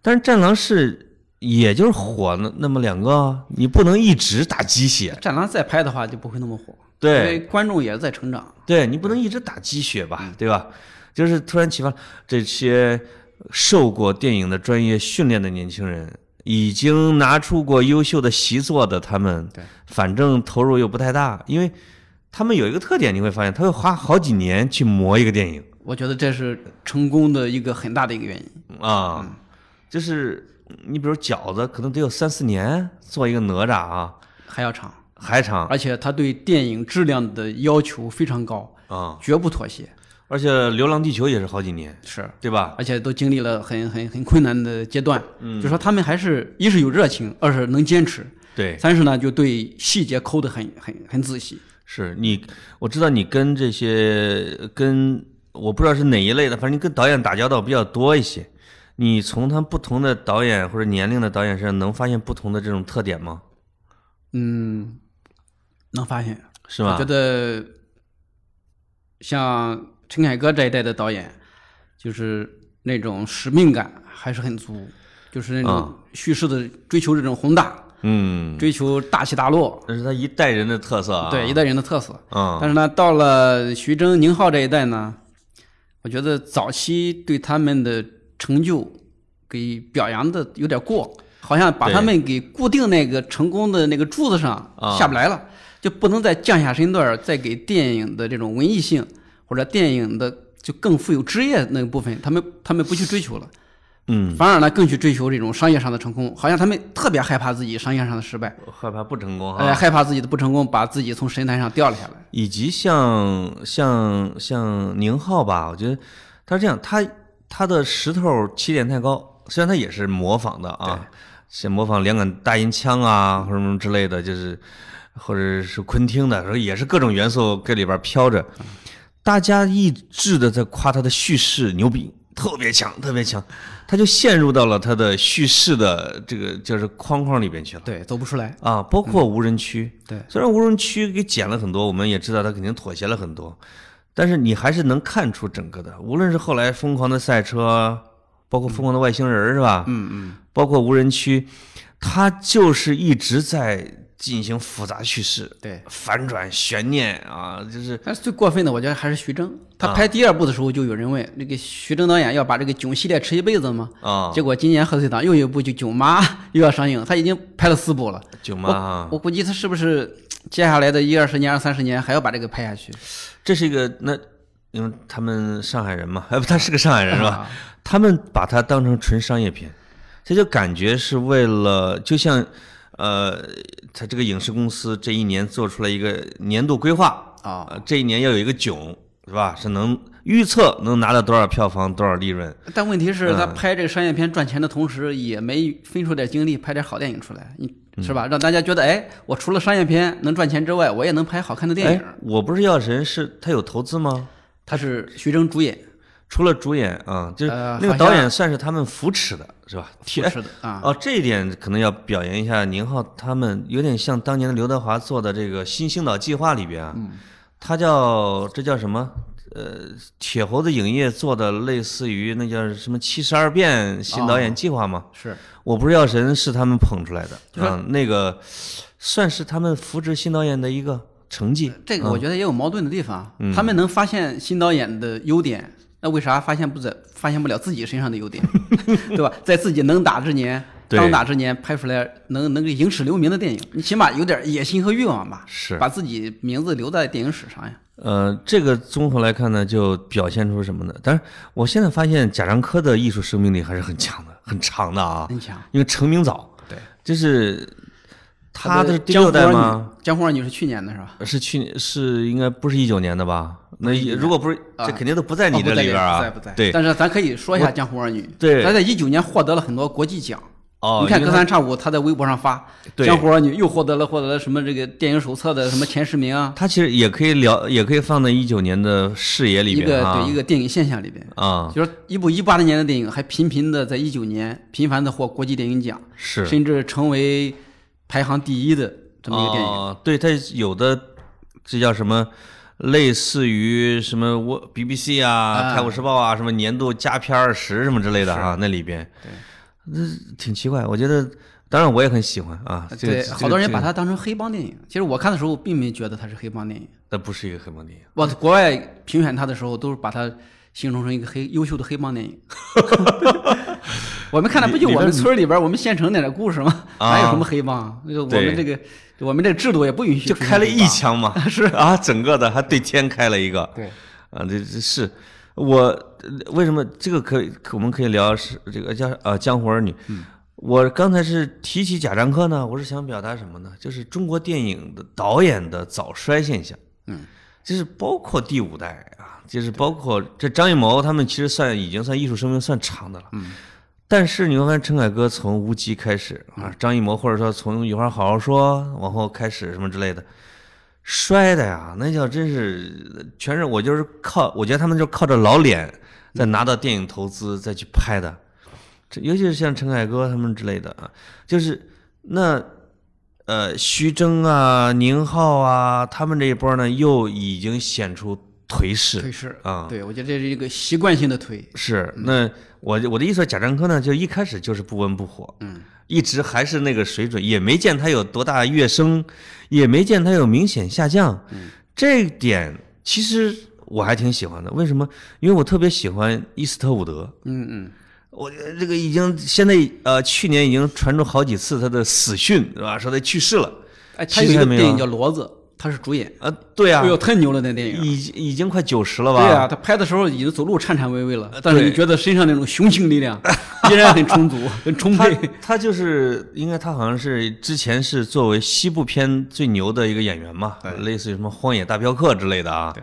但是战狼式也就是火那那么两个啊，你不能一直打鸡血，
战狼再拍的话就不会那么火，
对
因为观众也在成长。
对你不能一直打鸡血吧，对吧？就是突然启发这些受过电影的专业训练的年轻人，已经拿出过优秀的习作的他们，
对，
反正投入又不太大，因为他们有一个特点，你会发现他会花好几年去磨一个电影
我觉得这是成功的一个很大的一个原因。
啊，就是你比如饺子，可能得有三四年做一个哪吒啊，
还要长，
海场
而且他对电影质量的要求非常高，
啊，
绝不妥协。
而且《流浪地球》也是好几年，
是，
对吧？
而且都经历了很很很困难的阶段。嗯，就说他们还是一是有热情，二是能坚持，
对，
三是呢就对细节抠得很很很仔细。
是你，我知道你跟这些跟我不知道是哪一类的，反正你跟导演打交道比较多一些。你从他们不同的导演或者年龄的导演身上能发现不同的这种特点吗？
嗯，能发现
是
我
吧
觉？得像陈凯歌这一代的导演，就是那种使命感还是很足，就是那种
啊
叙事的追求这种宏大，
嗯，
追求大起大落，
那是他一代人的特色啊。
对一代人的特色。
嗯，
但是呢，到了徐峥、宁浩这一代呢，我觉得早期对他们的成就给表扬的有点过，好像把
对
他们给固定那个成功的那个柱子上
啊
下不来了，就不能再降下身段儿，再给电影的这种文艺性或者电影的就更富有枝叶那个部分，他们他们不去追求了。
嗯，
反而呢，更去追求这种商业上的成功，好像他们特别害怕自己商业上的失败，
我害怕不成功哈。
哎，害怕自己的不成功，把自己从神坛上掉了下来。
以及像像像宁浩吧，我觉得他是这样，他他的石头起点太高，虽然他也是模仿的啊，像模仿两杆大音枪啊，或者什么之类的，就是或者是昆汀的，然后也是各种元素跟里边飘着，大家一致的在夸他的叙事牛逼。特别强，特别强，他就陷入到了他的叙事的这个就是框框里边去了。
对，走不出来。
啊，包括无人区。
对
虽然无人区给减了很多，我们也知道他肯定妥协了很多，但是你还是能看出整个的，无论是后来《疯狂的赛车》，包括《疯狂的外星人》是吧？嗯嗯，包括无人区，他就是一直在进行复杂叙事、
对，
反转、悬念啊，就是
但是最过分的，我觉得还是徐峥。他
啊
拍第二部的时候，就有人问、那个徐峥导演要把这个囧系列吃一辈子吗？
啊，
结果今年贺岁档又有一部就《囧妈》 又要上映，他已经拍了四部了。
囧妈啊
我，估计他是不是接下来的一二十年、二三十年还要把这个拍下去？
这是一个那。因为他们上海人嘛， 哎不，他是个上海人是吧？
啊
他们把它当成纯商业片，这就感觉是为了，就像，呃，他这个影视公司这一年做出了一个年度规划
啊
呃这一年要有一个囧，是吧？是能预测能拿到多少票房，多少利润，
但问题是，
嗯
他拍这个商业片赚钱的同时，也没分出点精力拍点好电影出来，你
嗯
是吧？让大家觉得，哎，我除了商业片能赚钱之外，我也能拍好看的电影
哎。，我不是药神，是他有投资吗？
他是徐峥主演，
除了主演啊、就是
呃
那个
好像
导演算是他们扶持的，是 吧？
是
哎
的啊。
哦，这一点可能要表扬一下宁浩他们，有点像当年的刘德华做的这个《新星岛计划》里边
嗯
啊，他叫这叫什么？呃，铁猴子影业做的类似于那叫什么《七十二变》新导
哦
演计划吗？
是，
我不是药神是他们捧出来的
就是
啊、那个算是他们扶持新导演的一个成绩。
呃这个我觉得也有矛盾的地方，啊
嗯
他们能发现新导演的优点，那为啥发现不在发现不了自己身上的优点， 对吧？在自己能打之年，
对
当打之年拍出来能能够影史留名的电影，你起码有点野心和欲望吧，
是
把自己名字留在电影史上呀。
呃，这个综合来看呢，就表现出什么呢？但是我现在发现贾樟柯的艺术生命力还是很强的，很长的啊，
很强
因为成名早。
对，
就是他的
的
是第六代吗？？
呃江湖儿女是去年的是吧？
是去年是应该不是一九年的吧？那
不是19
也
年
如果不是，
啊
这肯定都不在你
哦不
这
在
里边啊。
不在不在。
对，
但是咱可以说一下江湖儿女。
对
他在一九年获得了很多国际奖。
哦，
你看
因为
隔三差五他在微博上发，
对
江湖儿女又获得了获得了什么这个电影手册的什么前十名啊，
他其实也可以聊，也可以放在一九年的视野里
一个
边啊。
对一个电影现象里边，
啊，
就是一部一八年的电影还频频的在一九年频繁的获国际电影奖，
是
甚至成为排行第一的这么一个电影。
哦、对，它有的这叫什么？类似于什么我 BBC 啊、
啊
泰晤士报啊、什么年度佳片二十什么之类的啊，那里边，
对
那挺奇怪。我觉得当然我也很喜欢啊。这个
对，
这个
好多人
这
把
个
它当成黑帮电影。其实我看的时候并没觉得它是黑帮电影。
那不是一个黑帮电影，
我国外评选它的时候，都是把它形容成一个黑优秀的黑帮电影。 我们看的不就我们村里边儿我们县城那点故事吗？
啊
哪有什么黑帮？那个我
对
们这个我们这个制度也不允许
就
出现
开了
黑
一
帮。
枪嘛，是啊，整个的还对天开了一个，
对，
啊，这这是我呃为什么这个可以，我们可以聊是这个叫呃江湖儿女。我刚才是提起贾樟柯呢，我是想表达什么呢？就是中国电影的导演的早衰现象。
嗯，
就是包括第五代啊，就是包括这张艺谋他们，其实算已经算艺术生命算长的了。嗯，但是你会发现陈凯歌从无极开始啊，张艺谋或者说从一会儿好好说往后开始什么之类的，摔的呀，那叫真是全是我就是靠，我觉得他们就是靠着老脸再拿到电影投资再去拍的，这尤其是像陈凯歌他们之类的啊，就是那呃徐峥啊、宁浩啊他们这一波呢，又已经显出颓势，
推是
啊
对我觉得这是一个习惯性的推。
是，
嗯
那我我的意思说，贾樟柯呢，就一开始就是不温不火，
嗯，
一直还是那个水准，也没见他有多大跃升，也没见他有明显下降，嗯，这一点其实我还挺喜欢的。为什么？因为我特别喜欢伊斯特伍德，
嗯嗯，
我觉得这个已经现在呃，去年已经传出好几次他的死讯，是吧？说他去世了，
哎，
其
他有
实
一
还
个
没
电影
有
叫《骡子》，他是主演。
啊，对啊
哎，呦，太牛了那电影。
已经已经快九十了吧？
对啊，他拍的时候已经走路颤颤巍巍了
呃，
但是
对
你觉得身上那种雄性力 量依然很充足、很充
他
沛。
他就是应该他好像是之前是作为西部片最牛的一个演员嘛，类似于什么《荒野大镖客》之类的啊。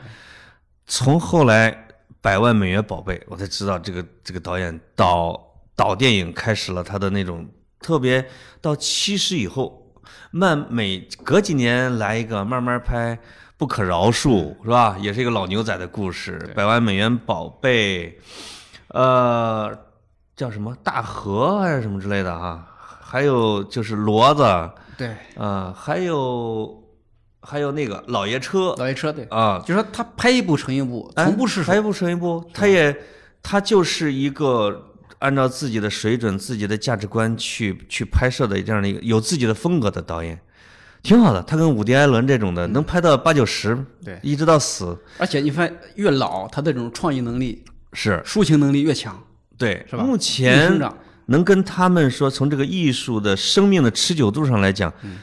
从后来《百万美元宝贝》，我才知道这个这个导演导导电影开始了他的那种特别到七十以后，慢每隔几年来一个，慢慢拍。不可饶恕是吧？也是一个老牛仔的故事，《百万美元宝贝》，呃，叫什么大河还是什么之类的哈、还有就是骡子，啊、
对，
还有还有那个老爷车
老爷车对，
啊，
就说他拍一部成一部，
哎
从不释手
拍。一部成一部，他也他就是一个按照自己的水准、自己的价值观去去拍摄的这样的一个有自己的风格的导演，挺好的。他跟伍迪·艾伦这种的能拍到八九十，
嗯对
一直到死
哎而且你发现越老，他的这种创意能力、
是
抒情能力越强，
对，
是吧
目
越
前
生长
能跟他们说，从这个艺术的生命的持久度上来讲，
嗯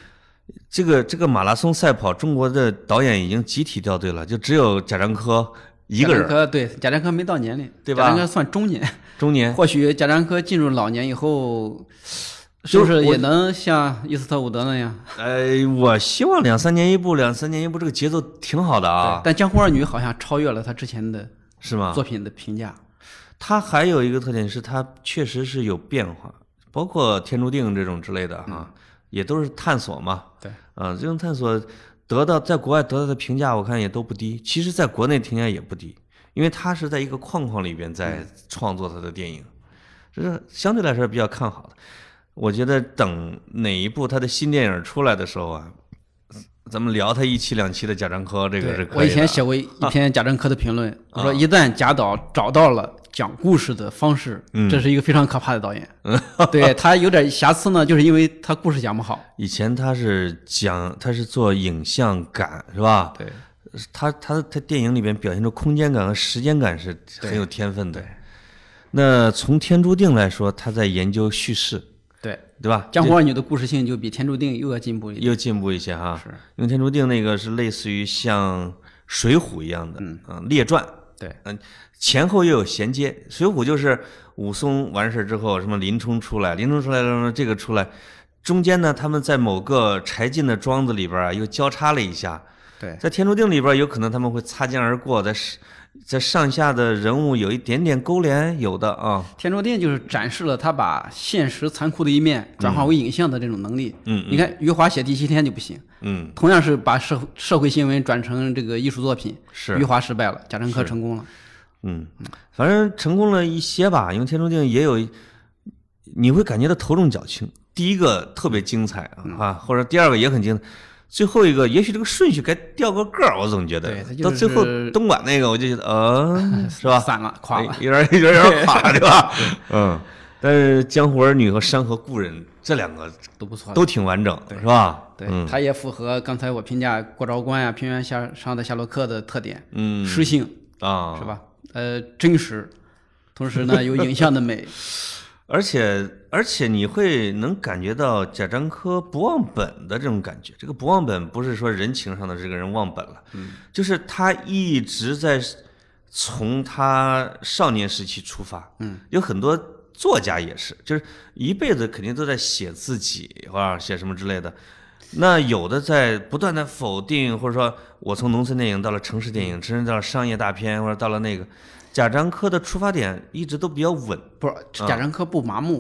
这个这个马拉松赛跑，中国的导演已经集体掉队了，就只有贾樟柯一个
贾樟
人，
柯对，贾樟柯没到年龄，
对吧
贾樟柯算中 年，
中年
或许贾樟柯进入老年以后，是
就
不
是
是
我
也能像伊斯特伍德那样？
呃，我希望两三年一部，两三年一部，这个节奏挺好的啊
对，但《江湖儿女》好像超越了他之前的
是吗？
作品的评价。
他还有一个特点是，他确实是有变化，包括《天注定》这种之类的啊，也都是探索嘛。
嗯对，
啊，这种探索得到在国外得到的评价，我看也都不低。其实，在国内评价也不低，因为他是在一个框框里边在
嗯
创作他的电影，这是相对来说比较看好的。我觉得等哪一部他的新电影出来的时候啊，咱们聊他一期两期的贾樟柯这个
对
是可以的。啊
我以前写过一一篇贾樟柯的评论，我说一旦贾导找到了讲故事的方式，
嗯
这是一个非常可怕的导演。 对他有点瑕疵呢，就是因为他故事讲不好。
以前他是讲，他是做影像感，是吧？
对，
他他他电影里边表现出空间感和时间感是很有天分的。那从《天注定》来说，他在研究叙事，
对，
对吧？
江湖儿女的故事性就比天注定又要进步一点。
又进步一些哈。
是，
因为《天注定》那个是类似于像《水浒》一样的，嗯，啊，列传，
对，
前后又有衔接。《水浒》就是武松完事之后，什么林冲出来，林冲出来了，这个出来，中间呢，他们在某个柴进的庄子里边啊，又交叉了一下。
对，
在《天注定》里边，有可能他们会擦肩而过，在是在上下的人物有一点点勾连，有的啊，
天注定就是展示了他把现实残酷的一面转化为影像的这种能力。
嗯
你看余华写第七天就不行，
嗯，
同样是把社社会新闻转成这个艺术作品，
是
余华失败了，贾樟柯成功了。
嗯，反正成功了一些吧，因为《天注定》也有，你会感觉到头重脚轻。第一个特别精彩
嗯
啊，啊或者第二个也很精彩，最后一个也许这个顺序该掉个个儿，我总觉得
对它就
到最后
是
东 莞那个我就觉得，嗯、是吧？
散了，垮了。
哎有点有点有点垮，对吧？嗯，但是《江湖儿女》和《山河故人》这两 个
都不错。
都挺完整，是吧？嗯
对，它也符合刚才我评价《过昭关》呀、《平原下上的夏洛克》的特点，
嗯
诗性
啊
是，吧？呃，真实，同时 呢有影像的美，
而且而且你会能感觉到贾樟柯不忘本的这种感觉。这个不忘本不是说人情上的这个人忘本了，就是他一直在从他少年时期出发。嗯，有很多作家也是，就是一辈子肯定都在写自己或者写什么之类的。那有的在不断的否定，或者说我从农村电影到了城市电影，甚至到了商业大片，或者到了那个贾樟柯的出发点一直都比较稳，
不是贾樟柯不麻木，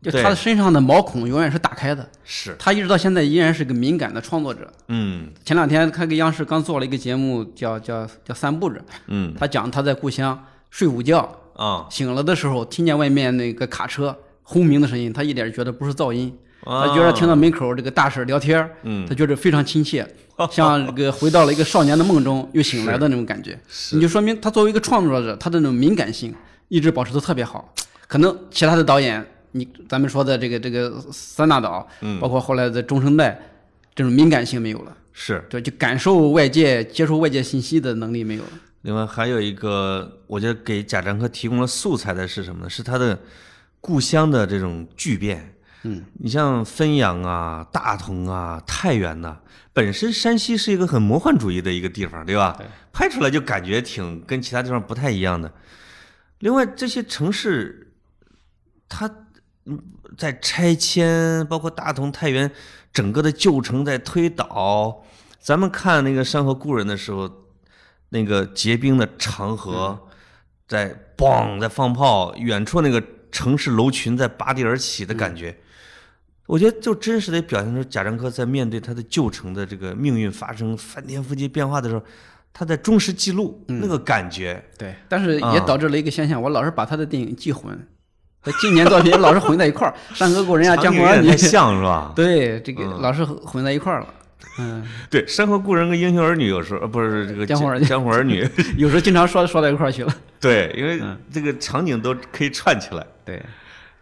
就
啊对
他的身上的毛孔永远是打开的，
是，
他一直到现在依然是个敏感的创作者。
嗯
前两天他给央视刚做了一个节目叫，叫叫三步着，
嗯
他讲他在故乡睡午觉，
啊
醒了的时候听见外面那个卡车轰鸣的声音，他一点儿觉得不是噪音，
啊
他觉得听到门口这个大婶聊天儿，
嗯
他觉得非常亲切，像这个回到了一个少年的梦中又醒来的那种感觉，你就说明他作为一个创作者，他的那种敏感性一直保持的特别好。可能其他的导演，你咱们说的这个这个三大导，
嗯
包括后来的中生代，这种敏感性没有了，
是。
对，就感受外界、接受外界信息的能力没有了。
另外还有一个，我觉得给贾樟柯提供了素材的是什么呢？是他的故乡的这种巨变。嗯，你像汾阳啊、大同啊、太原呐、本身山西是一个很魔幻主义的一个地方，对吧？拍出来就感觉挺跟其他地方不太一样的。另外，这些城市，它嗯在拆迁，包括大同、太原整个的旧城在推倒。咱们看那个《山河故人》的时候，那个结冰的长
嗯
河在梆在放炮，远处那个城市楼群在拔地而起的
嗯
感觉，我觉得就真实的表现出贾樟柯在面对他的旧城的这个命运发生翻天覆地变化的时候，他在忠实记录
嗯
那个感觉。
对，但是也
啊
导致了一个现象，我老是把他的电影记混，他经典作品 老是混在一块儿，《山河故人》啊，嗯《
场
江
景
湖
有
儿
点
女
太》像是吧？
对，这个老是混在一块儿了。嗯，
对，《山河故人》跟《英雄儿女》有时候呃不是这个
江湖儿女
江湖儿女，
有时候经常说说到一块儿去了。
对，因
嗯
为这个场景都可以串起来。
对，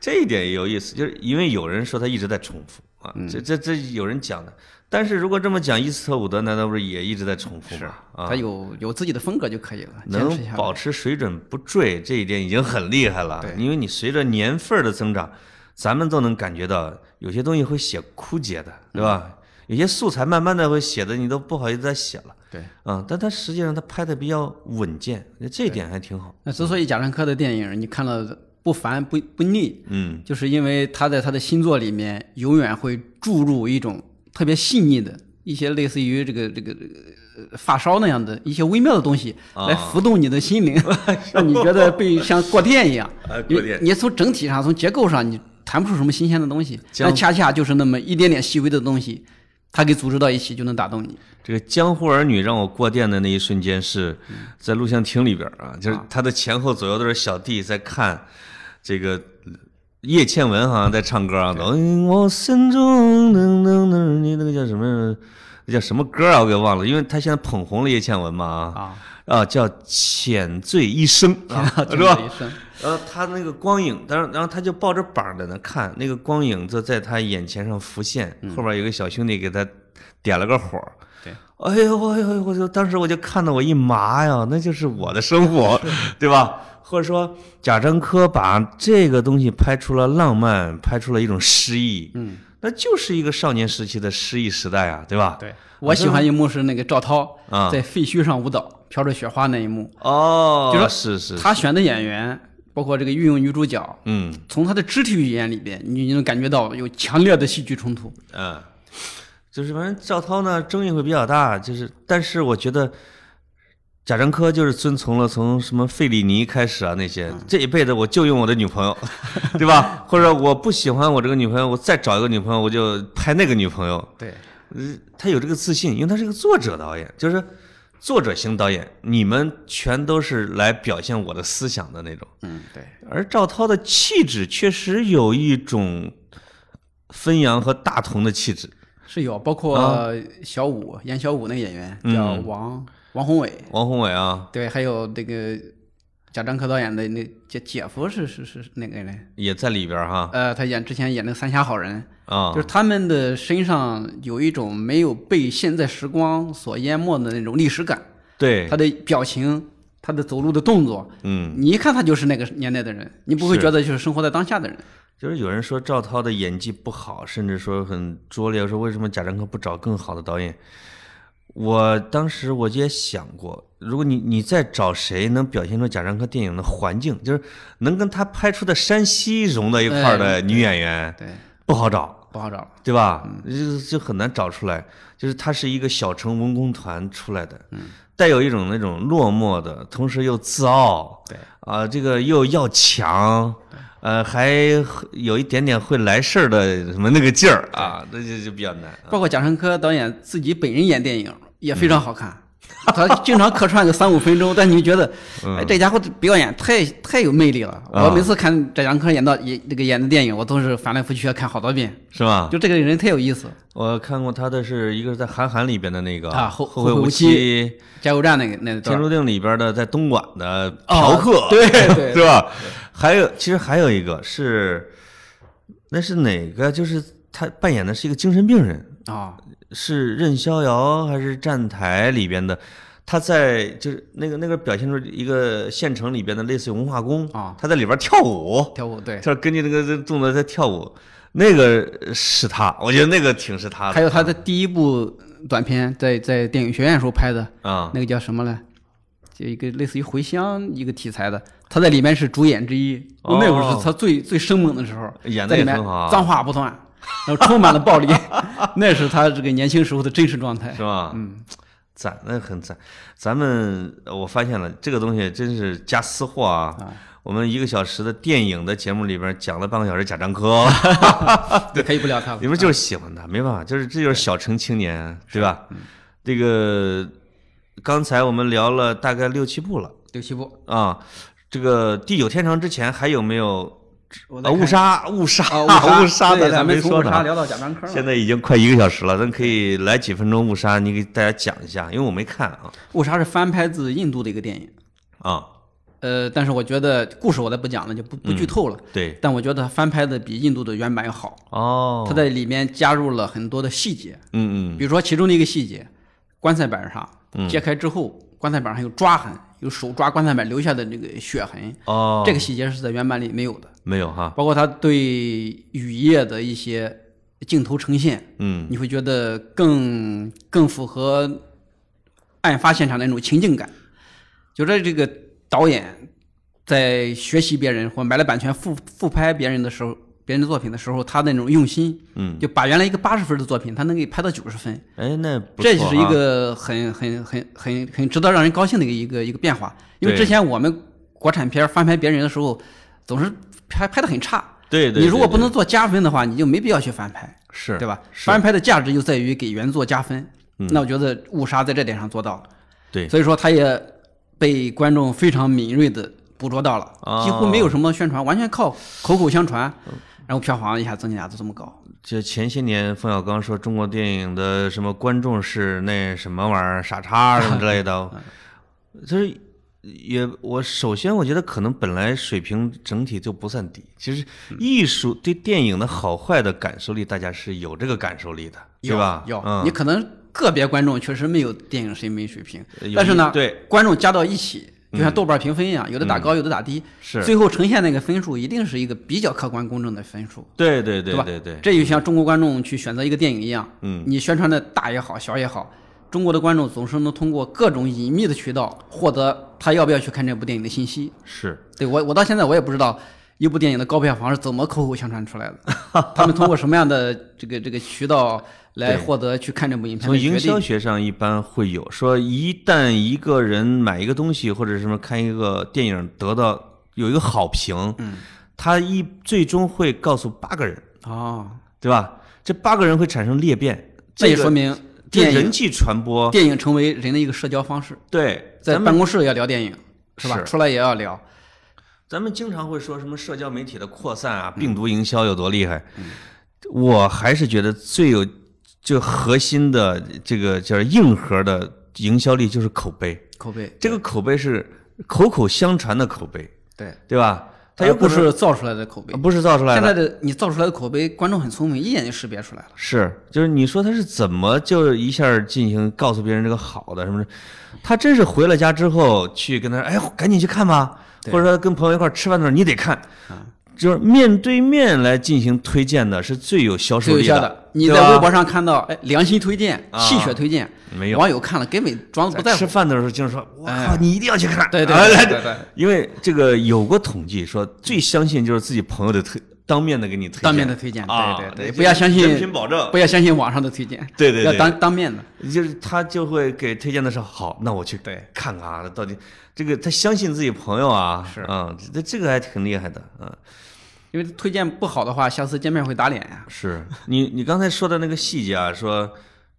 这一点也有意思，就是因为有人说他一直在重复啊，
嗯
这这这有人讲的。但是如果这么讲，伊斯特伍德难道不是也一直在重复吗？啊
他，有有自己的风格就可以了，坚持
能
下来。
保持水准不坠，这一点已经很厉害了。因为你随着年份儿的增长，咱们都能感觉到有些东西会写枯竭的，
嗯
对吧？有些素材慢慢的会写的你都不好意思再写了。
对，
啊、但他实际上他拍的比较稳健，我觉得这一点还挺好。
那之所以贾樟柯的电影你看了不烦不不腻，
嗯，
就是因为他在他的新作里面永远会注入一种特别细腻的一些类似于这个这个呃发梢那样的一些微妙的东西，
啊
来浮动你的 心灵，让你觉得被像呃过电一样
啊。
你
过电
你从整体上从结构上你谈不出什么新鲜的东西，但恰恰就是那么一点点细微的东西，它给组织到一起就能打动你。
这个《江湖儿女》让我过电的那一瞬间是在录像厅里边嗯儿啊，就是他的前后左右都是小弟在看这个叶倩文好像在唱歌啊，等我心中噔噔噔，你那个叫什么？那叫什么歌啊？我给忘了，因为他现在捧红了叶倩文嘛啊啊，叫《浅醉一生》啊， 是
这
吧
么？一生
然后他那个光影，当然，然后他就抱着膀在那看，那个光影就在他眼前上浮现，后边有个小兄弟给他点了个火。
嗯对，
哎呦哎呦，我就当时我就看到我一麻呀，那就是我的生活，对吧？或者说贾樟柯把这个东西拍出了浪漫，拍出了一种诗意，嗯，那就是一个少年时期的诗意时代啊，对吧？，
对我喜欢一幕是那个赵涛
啊
在废墟上舞蹈，飘着雪花那一幕。
哦，
就说
是是，
他选的演员，包括这个御用女主角，
嗯
从她的肢体语言里边，你你能感觉到有强烈的戏剧冲突。
嗯，就是反正赵涛呢争议会比较大，就是但是我觉得贾樟柯就是遵从了从什么费里尼开始啊那些，这一辈子我就用我的女朋友， 对吧？或者我不喜欢我这个女朋友，我再找一个女朋友，我就拍那个女朋友。
对，
呃，他有这个自信，因为他是个作者导演，就是作者型导演，你们全都是来表现我的思想的那种。
嗯，对，
而赵涛的气质确实有一种汾阳和大同的气质。
是有，包括小五，演小五那个演员叫王王宏伟，
王宏伟啊，
对，还有那个贾樟柯导演的那姐姐夫是是是是那个人，
也在里边儿哈
呃，他演之前演那个《三峡好人》，
啊
就是他们的身上有一种没有被现在时光所淹没的那种历史感，
对
他，的表情，他的走路的动作，
嗯，
你一看他就是那个年代的人，你不会
是
觉得就是生活在当下的人。
就是有人说赵涛的演技不好，甚至说很拙劣，说为什么贾樟柯不找更好的导演？我当时我也想过，如果你你再找谁能表现出贾樟柯电影的环境，就是能跟他拍出的山西融到一块儿的女演员，
对，
不好找。
不好找了。
对吧？
嗯
就就很难找出来，就是他是一个小城文工团出来的，
嗯
带有一种那种落寞的，同时又自傲，
对
啊、这个又要强，呃，还有一点点会来事儿的什么那个劲儿啊，那就就比较难。
包括贾樟柯导演自己本人演电影也非常好看， 他经常客串个三五分钟，但你就觉得，哎，这家伙的表演太太有魅力了。
嗯啊
我每次看贾樟柯演到演那个演的电影，我都是翻来覆去要看好多遍，
是吧？
就这个人太有意思。
我看过他的是一个是在韩寒里边的那个
啊后
后
后
会
会无
无期，
加油站那个那
《天
段，
注定》里边的在东莞的
哦
嫖客，
对 对
对吧？还有，其实还有一个是，那是哪个？就是他扮演的是一个精神病人，
啊，
是任逍遥还是站台里边的？他在就是那个那个表现出一个县城里边的类似于文化宫
啊
他在里边跳舞，
跳舞对，
他根据那个动作在跳舞，那个是他，我觉得那个挺是他的。啊
还有他的第一部短片在在电影学院时候拍的，
啊，
那个叫什么来？就一个类似于回乡一个题材的，他在里面是主演之一。
哦
那会儿是他最最生猛的时候，
演得
在里面
也很好啊
脏话不断，然后充满了暴力， 那是他这个年轻时候的真实状 态
是。吧？嗯，赞，那很赞。咱们呃我发现了这个东西真是加私货啊。我们一个小时的电影的节目里边讲了半个小时贾樟柯，
对，可以不聊他了。
你们就是喜欢他，没办法，就是这就是小城青年，对吧？
嗯
这个刚才我们聊了大概六七部了
六七部，
啊。这个地久天长之前还有没有？
我
啊，
再看
误杀，误杀，
啊，
误
误
杀，
对，
俩
咱
没
们从
说
误
呢
杀。聊到贾樟柯
现
了。
在已经快一个小时了，咱可以来几分钟误杀，你给大家讲一下，因为我没看啊
误杀是翻拍自印度的一个电影，
啊，
呃，但是我觉得故事我再不讲了，就不不
嗯
剧透了。
对，
但我觉得他翻拍的比印度的原版要好，
哦，
他在里面加入了很多的细节。
嗯嗯
比如说其中的一个细节，棺材板上揭开之后，棺材板上有抓痕，有手抓棺材板留下的那个血痕，
哦，
这个细节是在原版里没有的。
没有哈，
包括他对雨夜的一些镜头呈现，
嗯
你会觉得更更符合案发现场的那种情境感。觉得这个导演在学习别人或买了版权复复拍别人的时候，别人的作品的时候，他的那种用心，
嗯，
就把原来一个八十分的作品，他能给拍到九十分，
哎，那不
这
错
就是一
哈
个很很很很很值得让人高兴的一个一个一个变化。因为
对
之前我们国产片翻拍别人的时候，总是拍拍的很差。
对对，
你如果
对
不
对
能做加分的话，你就没必要去翻拍，
是
对吧？
是嗯
翻拍的价值就在于给原作加分。那我觉得《误杀》在这点上做到了，
对，
所以说他也被观众非常敏锐的捕捉到
哦
了，几乎没有什么宣传，完全靠口口相传，然后票房一下增加到这么高。
就前些年冯小刚说中国电影的什么观众是那什么玩意儿傻叉什么之类 的，
嗯
就是也我首先我觉得可能本来水平整体就不算低，其实艺术对电影的好坏的感受力，大家是有这个感受力的，对
有
吧？
有、
嗯
你可能个别观众确实没有电影审美水平
呃有，
但是呢，
一对嗯
观众加到一起，就像豆瓣评分一样，有的打高，有的打低，
是
最后呈现那个分数一定是一个比较客观公正的分数，
对对对
吧？
对对，
这就像中国观众去选择一个电影一样，
嗯，
你宣传的大也好，小也好。中国的观众总是能通过各种隐秘的渠道获得他要不要去看这部电影的信息。
是
对我，我到现在我也不知道一部电影的高票房是怎么口口相传出来的，他们通过什么样的这个这个渠道来获得去看这部影片
从
的
营
决
销
定。
学上一般会有说，一旦一个人买一个东西或者什么看一个电影得到有一个好评，嗯，他一最终会告诉八个人，
哦，
对吧？这八个人会产生裂变，
这
这
也
个
说明
就
电
人
影
际传播，
电影成为人的一个社交方式，
对，
在
咱
办
们
公室也要聊电影，是吧？
是
出来也要聊。
咱们经常会说什么社交媒体的扩散啊，
嗯
病毒营销有多厉害，我还是觉得最有就核心的这个叫硬核的营销力就是口碑，
口碑
这个口碑是口口相传的口碑，
对，
对吧？它
它
又
又不是造出来的口碑。
啊不是造出来
现在
的，
的你造出来的口碑，观众很聪明，一眼就识别出来了。
是就是你说他是怎么就一下进行告诉别人这个好的什么的？他真是回了家之后去跟他说，哎，赶紧去看吧，或者说跟朋友一块儿吃饭的时候你得看，
嗯
就是面对面来进行推荐的是最有销售
最有
力
效的，你
对
在
吧
微博上看到，哎，良心推荐、
啊
戏谑推荐，
没有
网友看了根本装作不在乎哎
吃。饭的时候经常说：“我靠，你一定要去看。”
对对
啊
对
来
对对
因为这个有过统计说，最相信就是自己朋友的推，当面的给你推荐，
当面的推荐，
啊，
对对
那
对，
就
不要相信
人品保证，
不要相信网上的推荐，
对对对
要当当面的，
就是他就会给推荐的是好，那我去
对
看看啊，到底这个他相信自己朋友啊，
是
啊，这这个还挺厉害的，嗯，
因为推荐不好的话，下次见面会打脸呀。
是你你刚才说的那个细节啊，说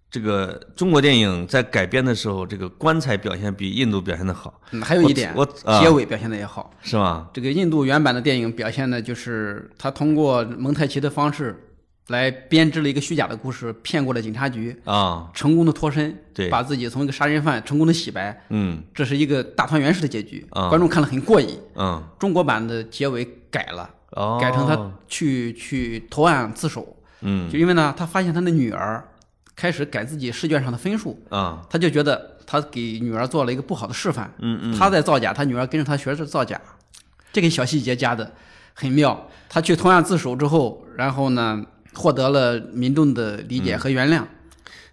这个中国电影在改编的时候，这个棺材表现比印度表现的好，
嗯，还有一点
我我啊，
结尾表现的也好。
是吗？
这个印度原版的电影表现的就是他通过蒙太奇的方式来编织了一个虚假的故事，骗过了警察局，
啊，
成功的脱身，
对
把自己从一个杀人犯成功的洗白，
嗯
这是一个大团圆式的结局，
啊
观众看了很过瘾。
嗯，
中国版的结尾改了，
哦，
改成他去去投案自首，
嗯
就因为呢，他发现他的女儿开始改自己试卷上的分数，
啊，
他就觉得他给女儿做了一个不好的示范，
嗯嗯，
他在造假，他女儿跟着他学着造假，这个小细节加的很妙。他去投案自首之后，然后呢，获得了民众的理
嗯
解和原谅。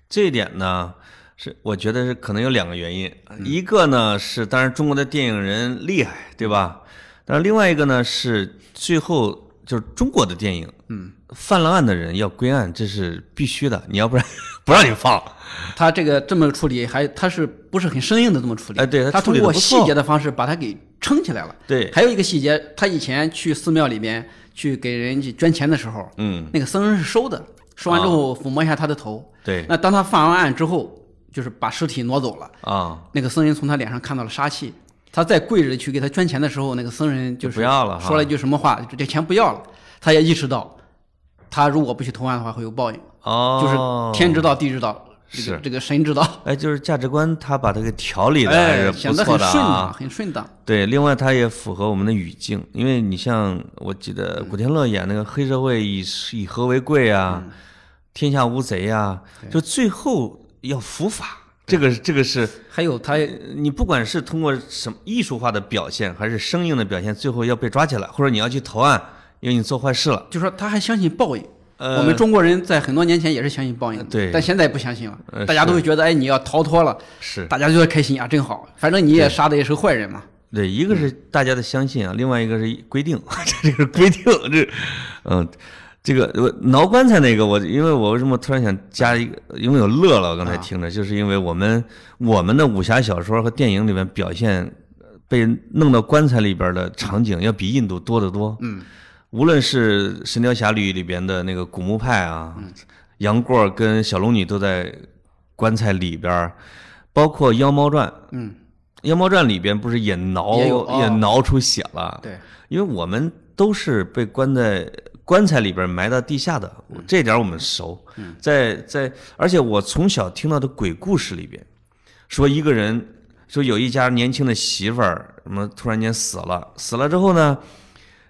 这一点呢，是我觉得是可能有两个原因，
嗯
一个呢是当然中国的电影人厉害，对吧？但是另外一个呢是最后就是中国的电影，嗯，犯了案的人要归案，这是必须的，你要不然 不让你放。
他这个这么处理，还他是不是很生硬的这么处理？
哎对他
他
处
通
理得
过
不
细
错
节的方式把他给撑起来了。
对，
还有一个细节，他以前去寺庙里边去给人家捐钱的时候，
嗯，
那个僧人是收的，收完之后
啊
抚摸一下他的头。
对，
那当他犯完案之后，就是把尸体挪走了。
啊，
那个僧人从他脸上看到了杀气。他再跪着去给他捐钱的时候，那个僧人就是
就不要了哈
说了一句什么话，就这钱不要了。他也意识到，他如果不去投案的话会有报应，
哦，
就是天知道地知道，这个
是
这个神知道，
哎，就是价值观，他把这个条理的还
哎，
是
显
不
得
错
很
的
顺
啊
当，。很顺当。
对，另外它也符合我们的语境，因为你像我记得古天乐演那个黑社会以以和为贵啊，天下无贼啊，就最后要伏法，这个这个是
还有他
你不管是通过什么艺术化的表现，还是生硬的表现，最后要被抓起来，或者你要去投案，因为你做坏事了。
就说他还相信报应。
呃
我们中国人在很多年前也是相信报应的，
对
但现在不相信
呃
了，大家都会觉得，哎，你要逃脱了，
是
大家就会开心啊，真好，反正你也杀的也是坏人嘛，
对，一个是大家的相信啊，另外一个是规定， 这个是规定，这，嗯，这个我挠棺材那个，我因为我为什么突然想加一个，因为我乐了，我
啊
刚才听着，就是因为我们我们的武侠小说和电影里面表现呃被弄到棺材里边的场景要比印度多得多，嗯，无论是《神雕侠侣》里边的那个古墓派啊，
嗯
杨过儿跟小龙女都在棺材里边儿，包括《妖猫传》，
嗯。
《妖猫传》里边不是也挠
也有哦
挠出血了？，
对，
因为我们都是被关在棺材里边埋到地下的，这点我们熟。在在，而且我从小听到的鬼故事里边，说一个人说有一家年轻的媳妇儿什么突然间死了，死了之后呢，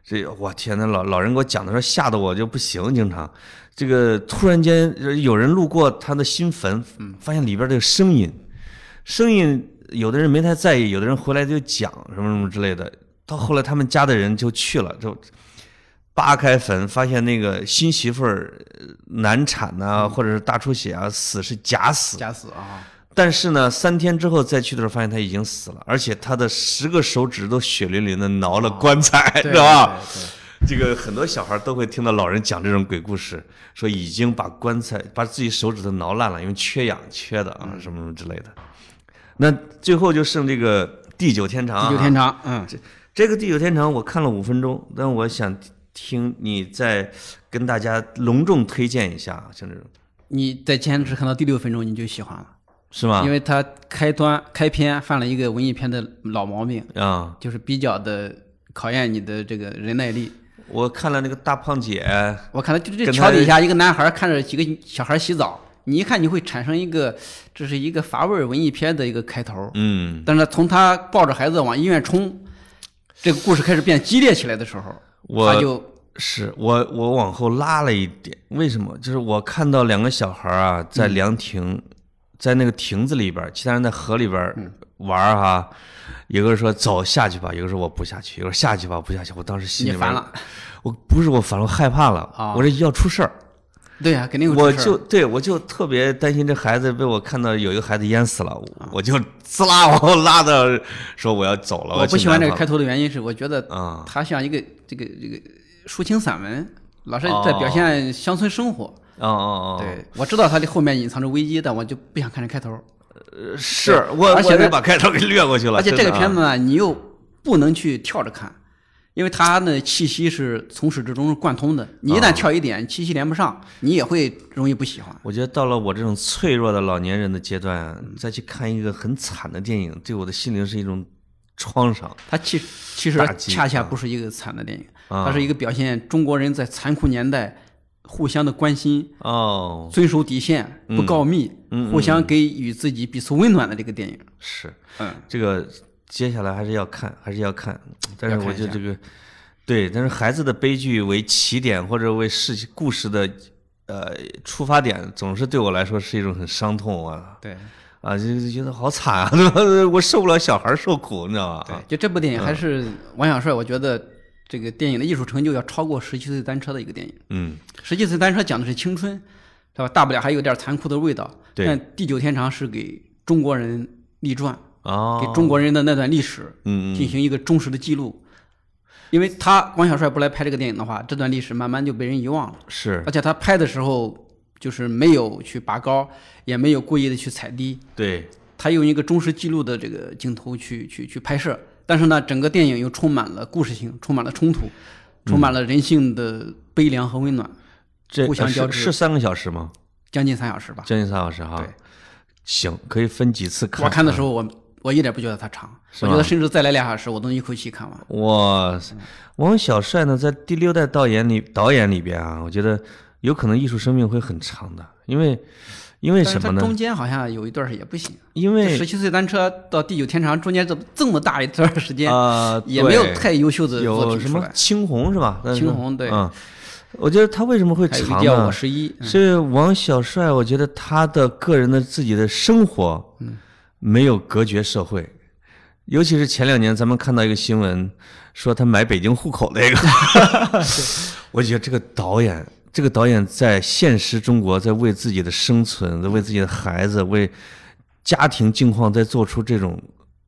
这我天呐，老老人给我讲的时候吓得我就不行，经常这个突然间呃有人路过他的新坟，发现里边这个声音，声音有的人没太在意，有的人回来就讲什么什么之类的。到后来他们家的人就去了，就扒开坟，发现那个新媳妇儿呃难产呐、或者是大出血啊，死是假死，
假死啊，
但是呢，三天之后再去的时候，发现他已经死了，而且他的十个手指都血淋淋的挠了棺材，
啊
知
对
道吧？啊
对对
这个很多小孩都会听到老人讲这种鬼故事，说已经把棺材把自己手指头挠烂了，因为缺氧缺的
嗯
啊，什么什么之类的。那最后就剩这个地久天长、啊，
地久天长，嗯，
这个地久天长，我看了五分钟，但我想听你再跟大家隆重推荐一下，像这种
你在坚持看到第六分钟你就喜欢了，
是吗？
因为他开端开篇犯了一个文艺片的老毛病，
啊、
就是比较的考验你的这个忍耐力。
我看了那个大胖姐，
我看到就这
跟他
桥底下一个男孩看着几个小孩洗澡，你一看你会产生一个，这是一个乏味儿文艺片的一个开头。
嗯，
但是从他抱着孩子往医院冲，这个故事开始变激烈起来的时候，
我
他就。
是我我往后拉了一点，为什么？就是我看到两个小孩儿啊，
嗯
在凉亭，在那个亭子里边儿，其他人在河里边儿
嗯
玩儿哈、有个人说走下去吧，有个人说我不下去，有个人说下去吧不下去，我当时心里
你
边
烦
儿
了，
我不是我烦了，我害怕了，
啊
我这要出事儿，
对呀、肯定有
我
出事儿
就对我就特别担心这孩子被我看到有一个孩子淹死了，
啊
我我就滋啦往后拉到说我要走了，
我
要
不
去
喜欢
南
这个
方
开头的原因是，我觉得
啊
它像一个这个这个抒情散文，老是在表现乡村生活。
哦哦哦，
对，我知道它的后面隐藏着危机，但我就不想看这开头。
呃，是我
而且
我得
呢
把开头给略过去了，
而且这
真
个
的啊
片子啊，你又不能去跳着看，因为它的气息是从始至终是贯通的。你一
哦
旦跳一点，气息连不上，你也会容易不喜欢。
我觉得到了我这种脆弱的老年人的阶段，再去看一个很惨的电影，对我的心灵是一种创伤。
它其其实
打击
恰恰不是一个惨的电影，
啊
它是一个表现中国人在残酷年代互相的关心。
哦，
遵守底线，不告
嗯
密，互相给予自己彼此温暖的这个电影。
是
嗯，
这个，接下来还是要看，还是要看。但是
要看
我
一
觉得
下
这个，对，但是孩子的悲剧为起点或者为事情故事的呃出发点，总是对我来说是一种很伤痛啊
对
啊，就觉得好惨啊， 对吧？我受不了小孩受苦，你知道吧？啊
对，就这部
嗯
电影还是王小帅，我觉得这个电影的艺术成就要超过《十七岁单车》的一个电影。
嗯，
《十七岁单车》讲的是青春，是吧？大不了还有点残酷的味道。
对
但《地久天长》是给中国人立传，
哦，
给中国人的那段历史
嗯嗯
进行一个忠实的记录。因为他王小帅不来拍这个电影的话，这段历史慢慢就被人遗忘了。
是
而且他拍的时候就是没有去拔高，也没有故意的去踩低，
对，
他用一个忠实记录的这个镜头去去去拍摄。但是呢，整个电影又充满了故事性，充满了冲突，充满了人性的悲凉和温暖，
这
互相
呃
交
是
织
是三个小时吗？
将近三小时吧。
将近三小时哈。
对，
行，可以分几次看。
我看的时候，我我一点不觉得它长，
是
我
吗
觉得甚至再来俩小时，我都能一口气看完。
哇塞，王小帅呢，在第六代导演里导演里边啊，我觉得有可能艺术生命会很长的，因为因为
但
什
是它
么呢
中？间好像有一段是也不行，
因
十
为
七岁单车到第九天长中间这这么大一段时间，
啊，
也没有
对
太优秀的作
有
品
什
出
么
来。
青红是吧？
青红对
嗯，我觉得他为什么会
还有一
长
个叫
呢
我？十一，嗯
是王小帅，我觉得他的个人的自己的生活，没有隔绝社会，尤其是前两年咱们看到一个新闻，说他买北京户口那个， 我觉得这个导演，这个导演在现实中国在为自己的生存，在为自己的孩子，为家庭境况在做出这种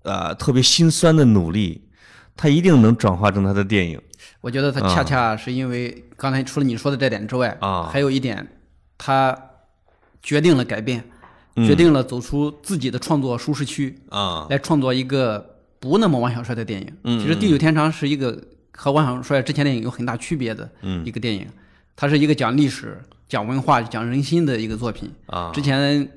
呃特别心酸的努力，他一定能转化成他的电影。
我觉得他恰恰是因为刚才除了你说的这点之外，
嗯啊
还有一点，他决定了改变，决定了走出自己的创作舒适区，
嗯啊嗯
来创作一个不那么王小帅的电影。其实《地久天长》是一个和王小帅之前电影有很大区别的
嗯
一个电影，它是一个讲历史、讲文化、讲人心的一个作品。
啊，
之前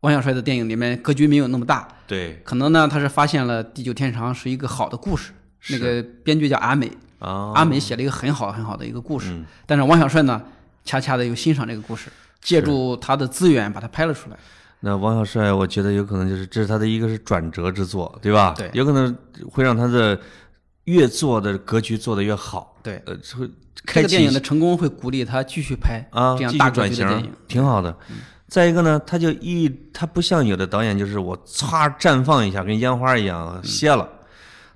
王小帅的电影里面格局没有那么大，
对
可能呢他是发现了《地久天长》是一个好的故事。那个编剧叫阿美，
啊，
阿美写了一个很好很好的一个故事，
嗯
但是王小帅呢，恰恰的又欣赏这个故事，借助他的资源把它拍了出来。
那王小帅，我觉得有可能就是这是他的一个是转折之作，对吧？
对
有可能会让他的越做的格局做得越好，
对，
呃，会
这
开
个
启
电影的成功会鼓励他继续拍
啊，
这样
继
大
续
格
转
局
型
的电影。，嗯
挺好的。再一个呢，他就一他不像有的导演就是我歘绽放一下，跟烟花一
嗯
样歇了。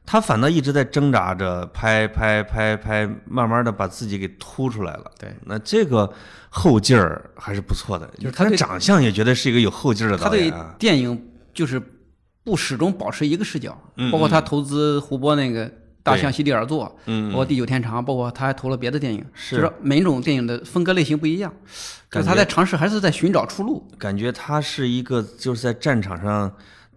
他反倒一直在挣扎着拍拍拍拍，慢慢的把自己给突出来了。
对，
那这个后劲儿还是不错的，
就是他
他的
对
长相也觉得是一个有后劲儿的
他
导
对
演、啊。
电影就是不始终保持一个视角，
嗯
包括他投资胡波那个《大象席地而坐》，包括《地久天长》，包括他还投了别的电影，
嗯是
就是每一种电影的风格类型不一样，就是他在尝试，还是在寻找出路。
感觉他是一个就是在战场上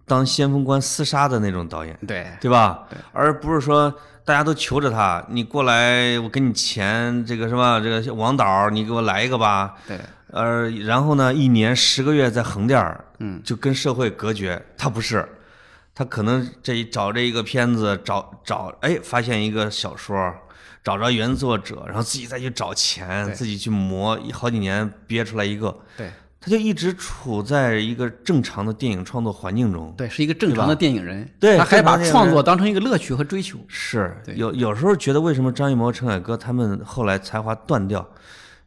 当先锋官厮杀的那种导演，
对，
对吧？而不是说大家都求着他，你过来，我给你钱，这个什么，这个王导，你给我来一个吧。
对，
呃，然后呢，一年十个月在横店儿，嗯，就跟社会隔绝。他不是，他可能这一找这一个片子，找找，哎，发现一个小说，找着原作者，然后自己再去找钱，
对
自己去磨，好几年憋出来一个。
对。
他就一直处在一个正常的电影创作环境中。
对，是一个正常的电影人，
对
他还
正常
把
电影
创
人
作当成一个乐趣和追求。
是
对
有有时候觉得为什么张艺谋、陈凯歌他们后来才华断掉？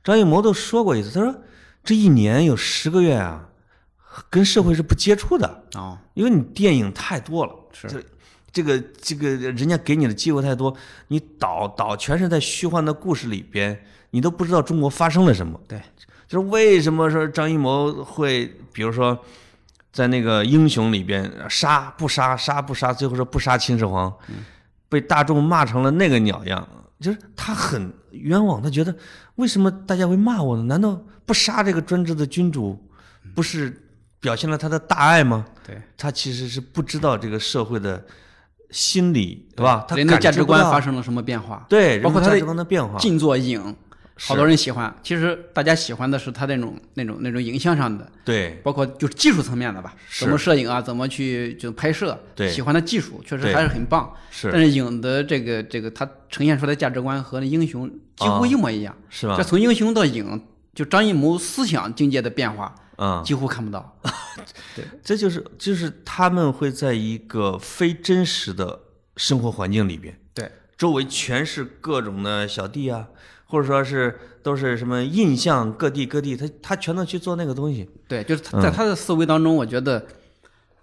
张艺谋都说过一次，他说这一年有十个月啊，跟社会是不接触的，
哦，
因为你电影太多了，
是
这这个这个人家给你的机会太多，你倒倒全是在虚幻的故事里边，你都不知道中国发生了什么。
对，
就是为什么说张艺谋会，比如说在那个英雄里边杀不杀杀不杀，最后说不杀秦始皇，
嗯
被大众骂成了那个鸟样，就是他很冤枉，他觉得为什么大家会骂我呢？难道不杀这个专制的君主，
嗯
不是表现了他的大爱吗？
对，
他其实是不知道这个社会的心理，对吧？他
人的
感
价
知
值
不
观
到
发生了什么变化？
对，
包括
人
他
的价
的
值观的变化，
静坐影，
是
好多人喜欢。其实大家喜欢的是他那种那种那种影像上的，
对
包括就是技术层面的吧，
是
怎么摄影啊，怎么去就拍摄，
对
喜欢的技术确实
对
还是很棒。但
是
是影的这个这个它呈现出来的价值观和那英雄几乎
啊
一模一样。
是
这
吧？
从英雄到影，就张艺谋思想境界的变化
嗯，
几乎看不到。
这就是就是他们会在一个非真实的生活环境里边，
对，
周围全是各种的小弟啊，或者说是都是什么印象，各地各地，他他全都去做那个东西，
对，就是他
嗯
在他的思维当中，我觉得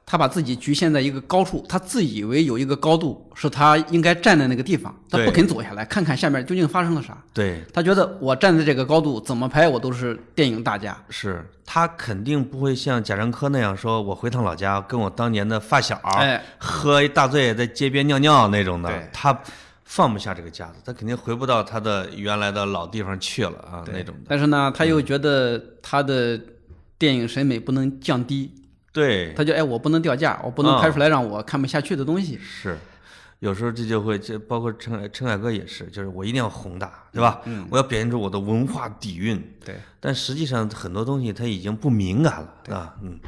他把自己局限在一个高处，他自以为有一个高度是他应该站在那个地方，他
对
不肯走下来，看看下面究竟发生了啥。
对，
他觉得我站在这个高度，怎么拍我都是电影大家。
是他肯定不会像贾樟柯那样说，我回趟老家跟我当年的发小，
哎，
喝一大醉在街边尿尿那种的
对，
他放不下这个架子，他肯定回不到他的原来的老地方去了啊，那种的，
但是呢，他又觉得他的电影审美不能降低，
对，嗯
他就哎，我不能掉价，我不能拍出来让我看不下去的东西。
是，有时候这就会，这包括陈凯陈凯歌也是，就是我一定要宏大，对吧？嗯，我要表现出我的文化底蕴，
对，
但实际上很多东西它已经不敏感了啊，嗯，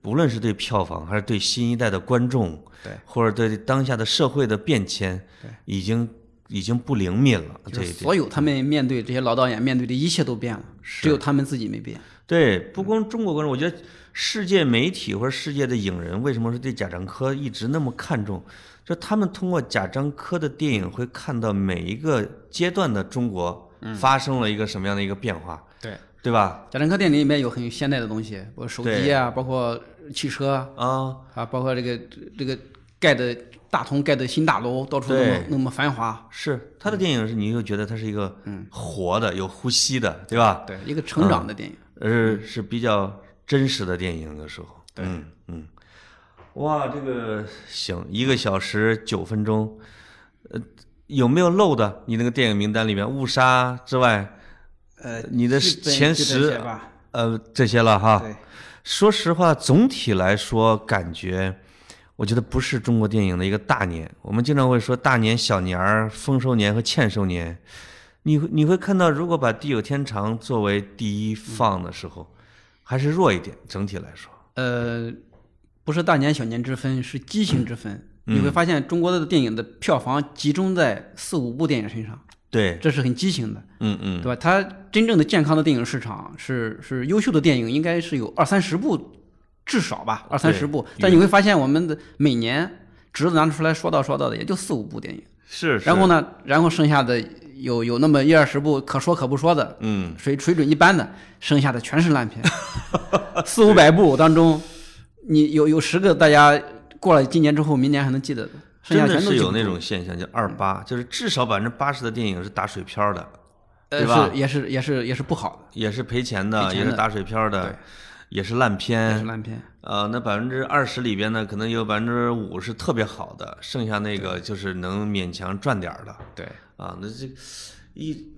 不论是对票房还是对新一代的观众，
对，
或者对当下的社会的变迁，对，已经已经不灵敏了，
就
这
是
一点。
所有他们面对这些老导演面对的一切都变了，
是
只有他们自己没变。
对，不光中国观众，我觉得世界媒体或者世界的影人为什么是对贾樟柯一直那么看重？就他们通过贾樟柯的电影会看到每一个阶段的中国发生了一个什么样的一个变化，
对，
对吧？
贾樟柯电影里面有很现代的东西，包括手机啊，包括汽车啊
啊，
啊，包括这个这个盖的大同盖的新大楼，到处那么
对
那么繁华。
是他的电影是你就觉得它是一个活的、有呼吸的，对吧？
对，一个成长的电影。
呃，是比较真实的电影的时候。对，嗯嗯，哇，这个行，一个小时九分钟，呃，有没有漏的？你那个电影名单里面，《误杀》之外，
呃，
你的
基本
前
就这
十
些吧，
呃，这些了哈。
对，
说实话，总体来说，感觉我觉得不是中国电影的一个大年。我们经常会说大年、小年儿、丰收年和欠收年。你会你会看到，如果把《地久天长》作为第一放的时候，还是弱一点。整体来说，
呃，不是大年小年之分，是激情之分。
嗯
你会发现中国的电影的票房集中在四五部电影身上，
对，
这是很激情的，
嗯嗯，
对吧？它真正的健康的电影市场是是优秀的电影，应该是有二三十部，至少吧，二三十部。但你会发现我们的每年值得拿出来说道说道的也就四五部电影，
是
然后？呢，然后剩下的有有那么一二十部可说可不说的，
嗯，
水水准一般的，剩下的全是 烂片，四五百部当中，你有有十个大家过了今年之后，明年还能记得的，剩
真
下
的
全都
是
记
有
不
那
住
种现象，叫二
嗯
八，就是至少百分之八十的电影是打水漂的，对吧
呃是也是也是也是不好
也是赔钱的，
赔钱
也
的
是打水漂
对
的，也是烂
的，
片
也是，烂片，
呃，那百分之二十里边呢，可能有百分之五是特别好的，剩下那个就是能勉强赚点儿的
对，
啊。那这一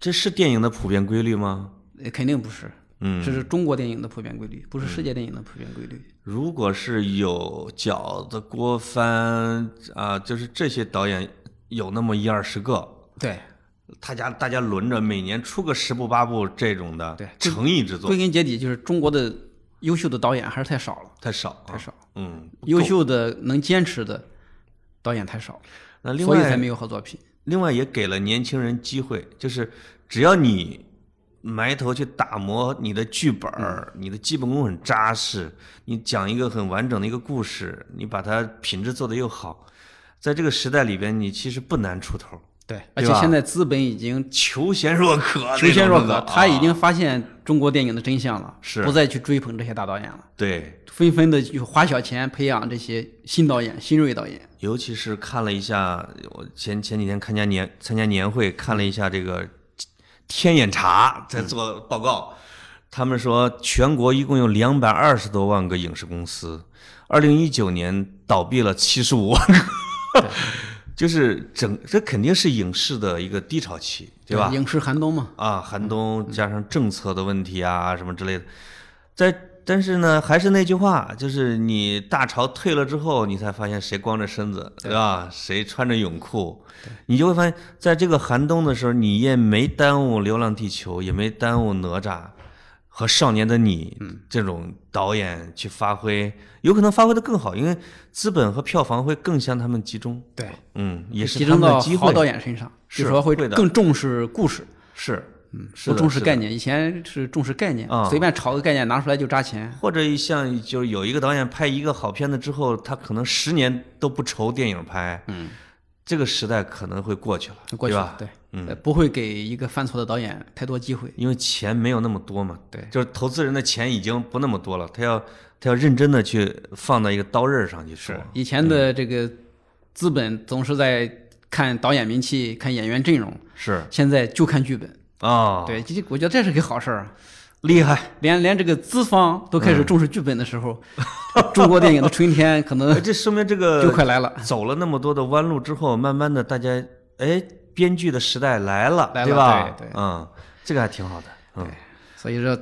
这是电影的普遍规律吗？
呃肯定不是，
嗯，
这是中国电影的普遍规律，不是世界电影的普遍规律。
如果是有饺子、郭帆啊，就是这些导演有那么一二十个，
对，
大家大家轮着每年出个十部八部这种的
对
诚意之作
归根结底就是中国的优秀的导演还是太少了，
太少啊，
太少，
嗯，不
优
够。
秀的能坚持的导演太少，
那另
所以才
外
没有好作品。
另外也给了年轻人机会，就是只要你埋头去打磨你的剧本儿，
嗯
你的基本功很扎实，你讲一个很完整的一个故事，你把它品质做得又好，在这个时代里边，你其实不难出头，
对，而
对
且
吧
现在资本已经
求贤若渴那种的啊，
求贤若渴，他已经发现中国电影的真相了，
是
不再去追捧这些大导演了，
对，
纷纷的就花小钱培养这些新导演、新锐导演。
尤其是看了一下，我前前几天参加年参加年会，看了一下这个天眼查在做报告，他们说全国一共有两百二十多万个影视公司，二零一九年倒闭了七十五万个， 就是整这肯定是影视的一个低潮期，对吧？
影视寒冬嘛，
啊，寒
嗯
冬加上政策的问题啊，什么之类的，在但是呢，还是那句话，就是你大潮退了之后，你才发现谁光着身子，对吧？谁穿着泳裤，你就会发现，在这个寒冬的时候，你也没耽误《流浪地球》，也没耽误《哪吒》和《少年的你》
嗯
这种导演去发挥，有可能发挥的更好，因为资本和票房会更向他们集中。
对，
嗯，也是
集
他
中
们的
到
机
好
会。
导演身上，
是
就说会
会的
更重视故事，
是，嗯，是
不
的
重视
是的
概念。以前是重视概念
啊，
随便炒个概念拿出来就扎钱。
或者像就有一个导演拍一个好片子之后，他可能十年都不愁电影拍，嗯，这个时代可能会过去了，
就过去
对
了
吧？，
对，
嗯
呃不会给一个犯错的导演太多机会。
因为钱没有那么多嘛，
对
就是投资人的钱已经不那么多了，他要他要认真的去放到一个刀刃上去说，
哦以前的
嗯
这个资本总是在看导演名气、看演员阵容，
是
现在就看剧本。
啊，，
对，这我觉得这是个好事儿啊。
厉害，嗯
连连这个资方都开始重视剧本的时候，中国电影的春天可 能
哎这说明这个
就快来了。
走了那么多的弯路之后，慢慢的大家哎，编剧的时代来了，
来了
对吧？
对对
嗯，这个还挺好的，嗯。
所以说，呃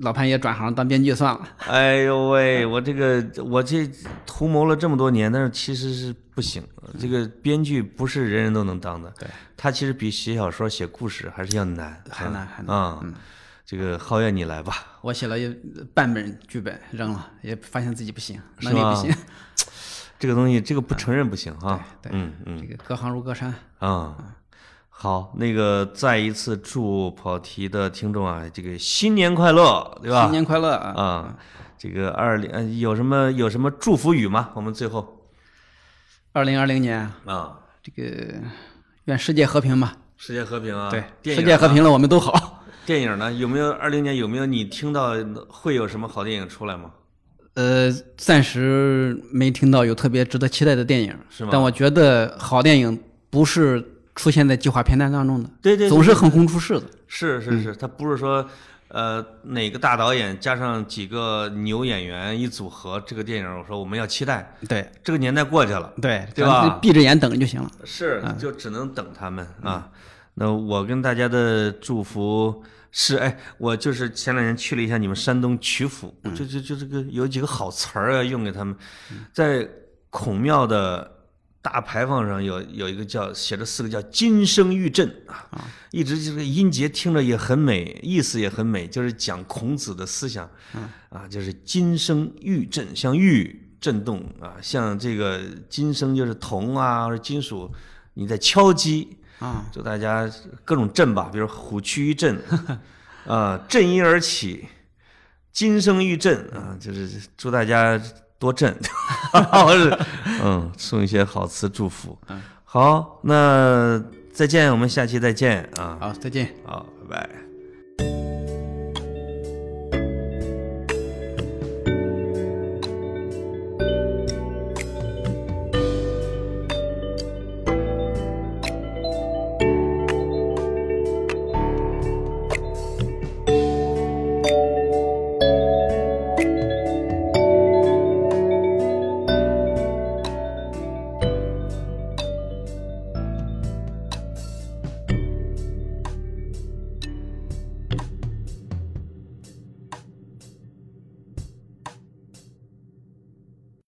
老潘也转行当编剧算了。
哎呦喂，我这个我这图谋了这么多年，但是其实是不行。这个编剧不是人人都能当的，
嗯对，
他其实比写小说、写故事还是要难，
还难嗯还
难啊。这个皓月你来吧，
我写了一半本剧本扔了，也发现自己不行，
是
能力不
吗
行。
这个东西这个不承认不行啊。
对
嗯嗯
这个隔行如隔山，
啊、好，那个再一次祝跑题的听众啊，这个新年快乐，对吧？
新年快乐啊！
啊、这个二零呃有什么有什么祝福语吗？我们最后
二零二零年，
啊。
这个愿世界和平吧。
世界和平啊，
对，
电
世
影
界和
呢
平了，我们都好。
电影呢？有没有二零年有没有你听到会有什么好电影出来吗？
呃，暂时没听到有特别值得期待的电影，
是吗
但我觉得好电影不是出现在计划片单当中的，
对对对
总是横空出世的。
是是是，他不是说，呃，哪个大导演加上几个牛演员一组合，这个电影我说我们要期待，
对
这个年代过去了，
对
对吧
闭着眼等就行了。
是就只能等他们啊。那我跟大家的祝福是，哎，我就是前两天去了一下你们山东曲阜，就就就这个有几个好词儿要用给他们，在孔庙的大牌坊上有有一个叫写着四个叫“金声玉振”啊，一直就是音节听着也很美，意思也很美，就是讲孔子的思想，啊，就是金声玉振，像玉震动啊，像这个金声就是铜啊或者金属，你在敲击，
啊，
祝大家各种震吧，比如虎躯一震，啊，振音而起，金声玉振啊，就是祝大家多 震，嗯，送一些好词祝福。好，那再见，我们下期再见啊，
好，再见。
好，拜拜。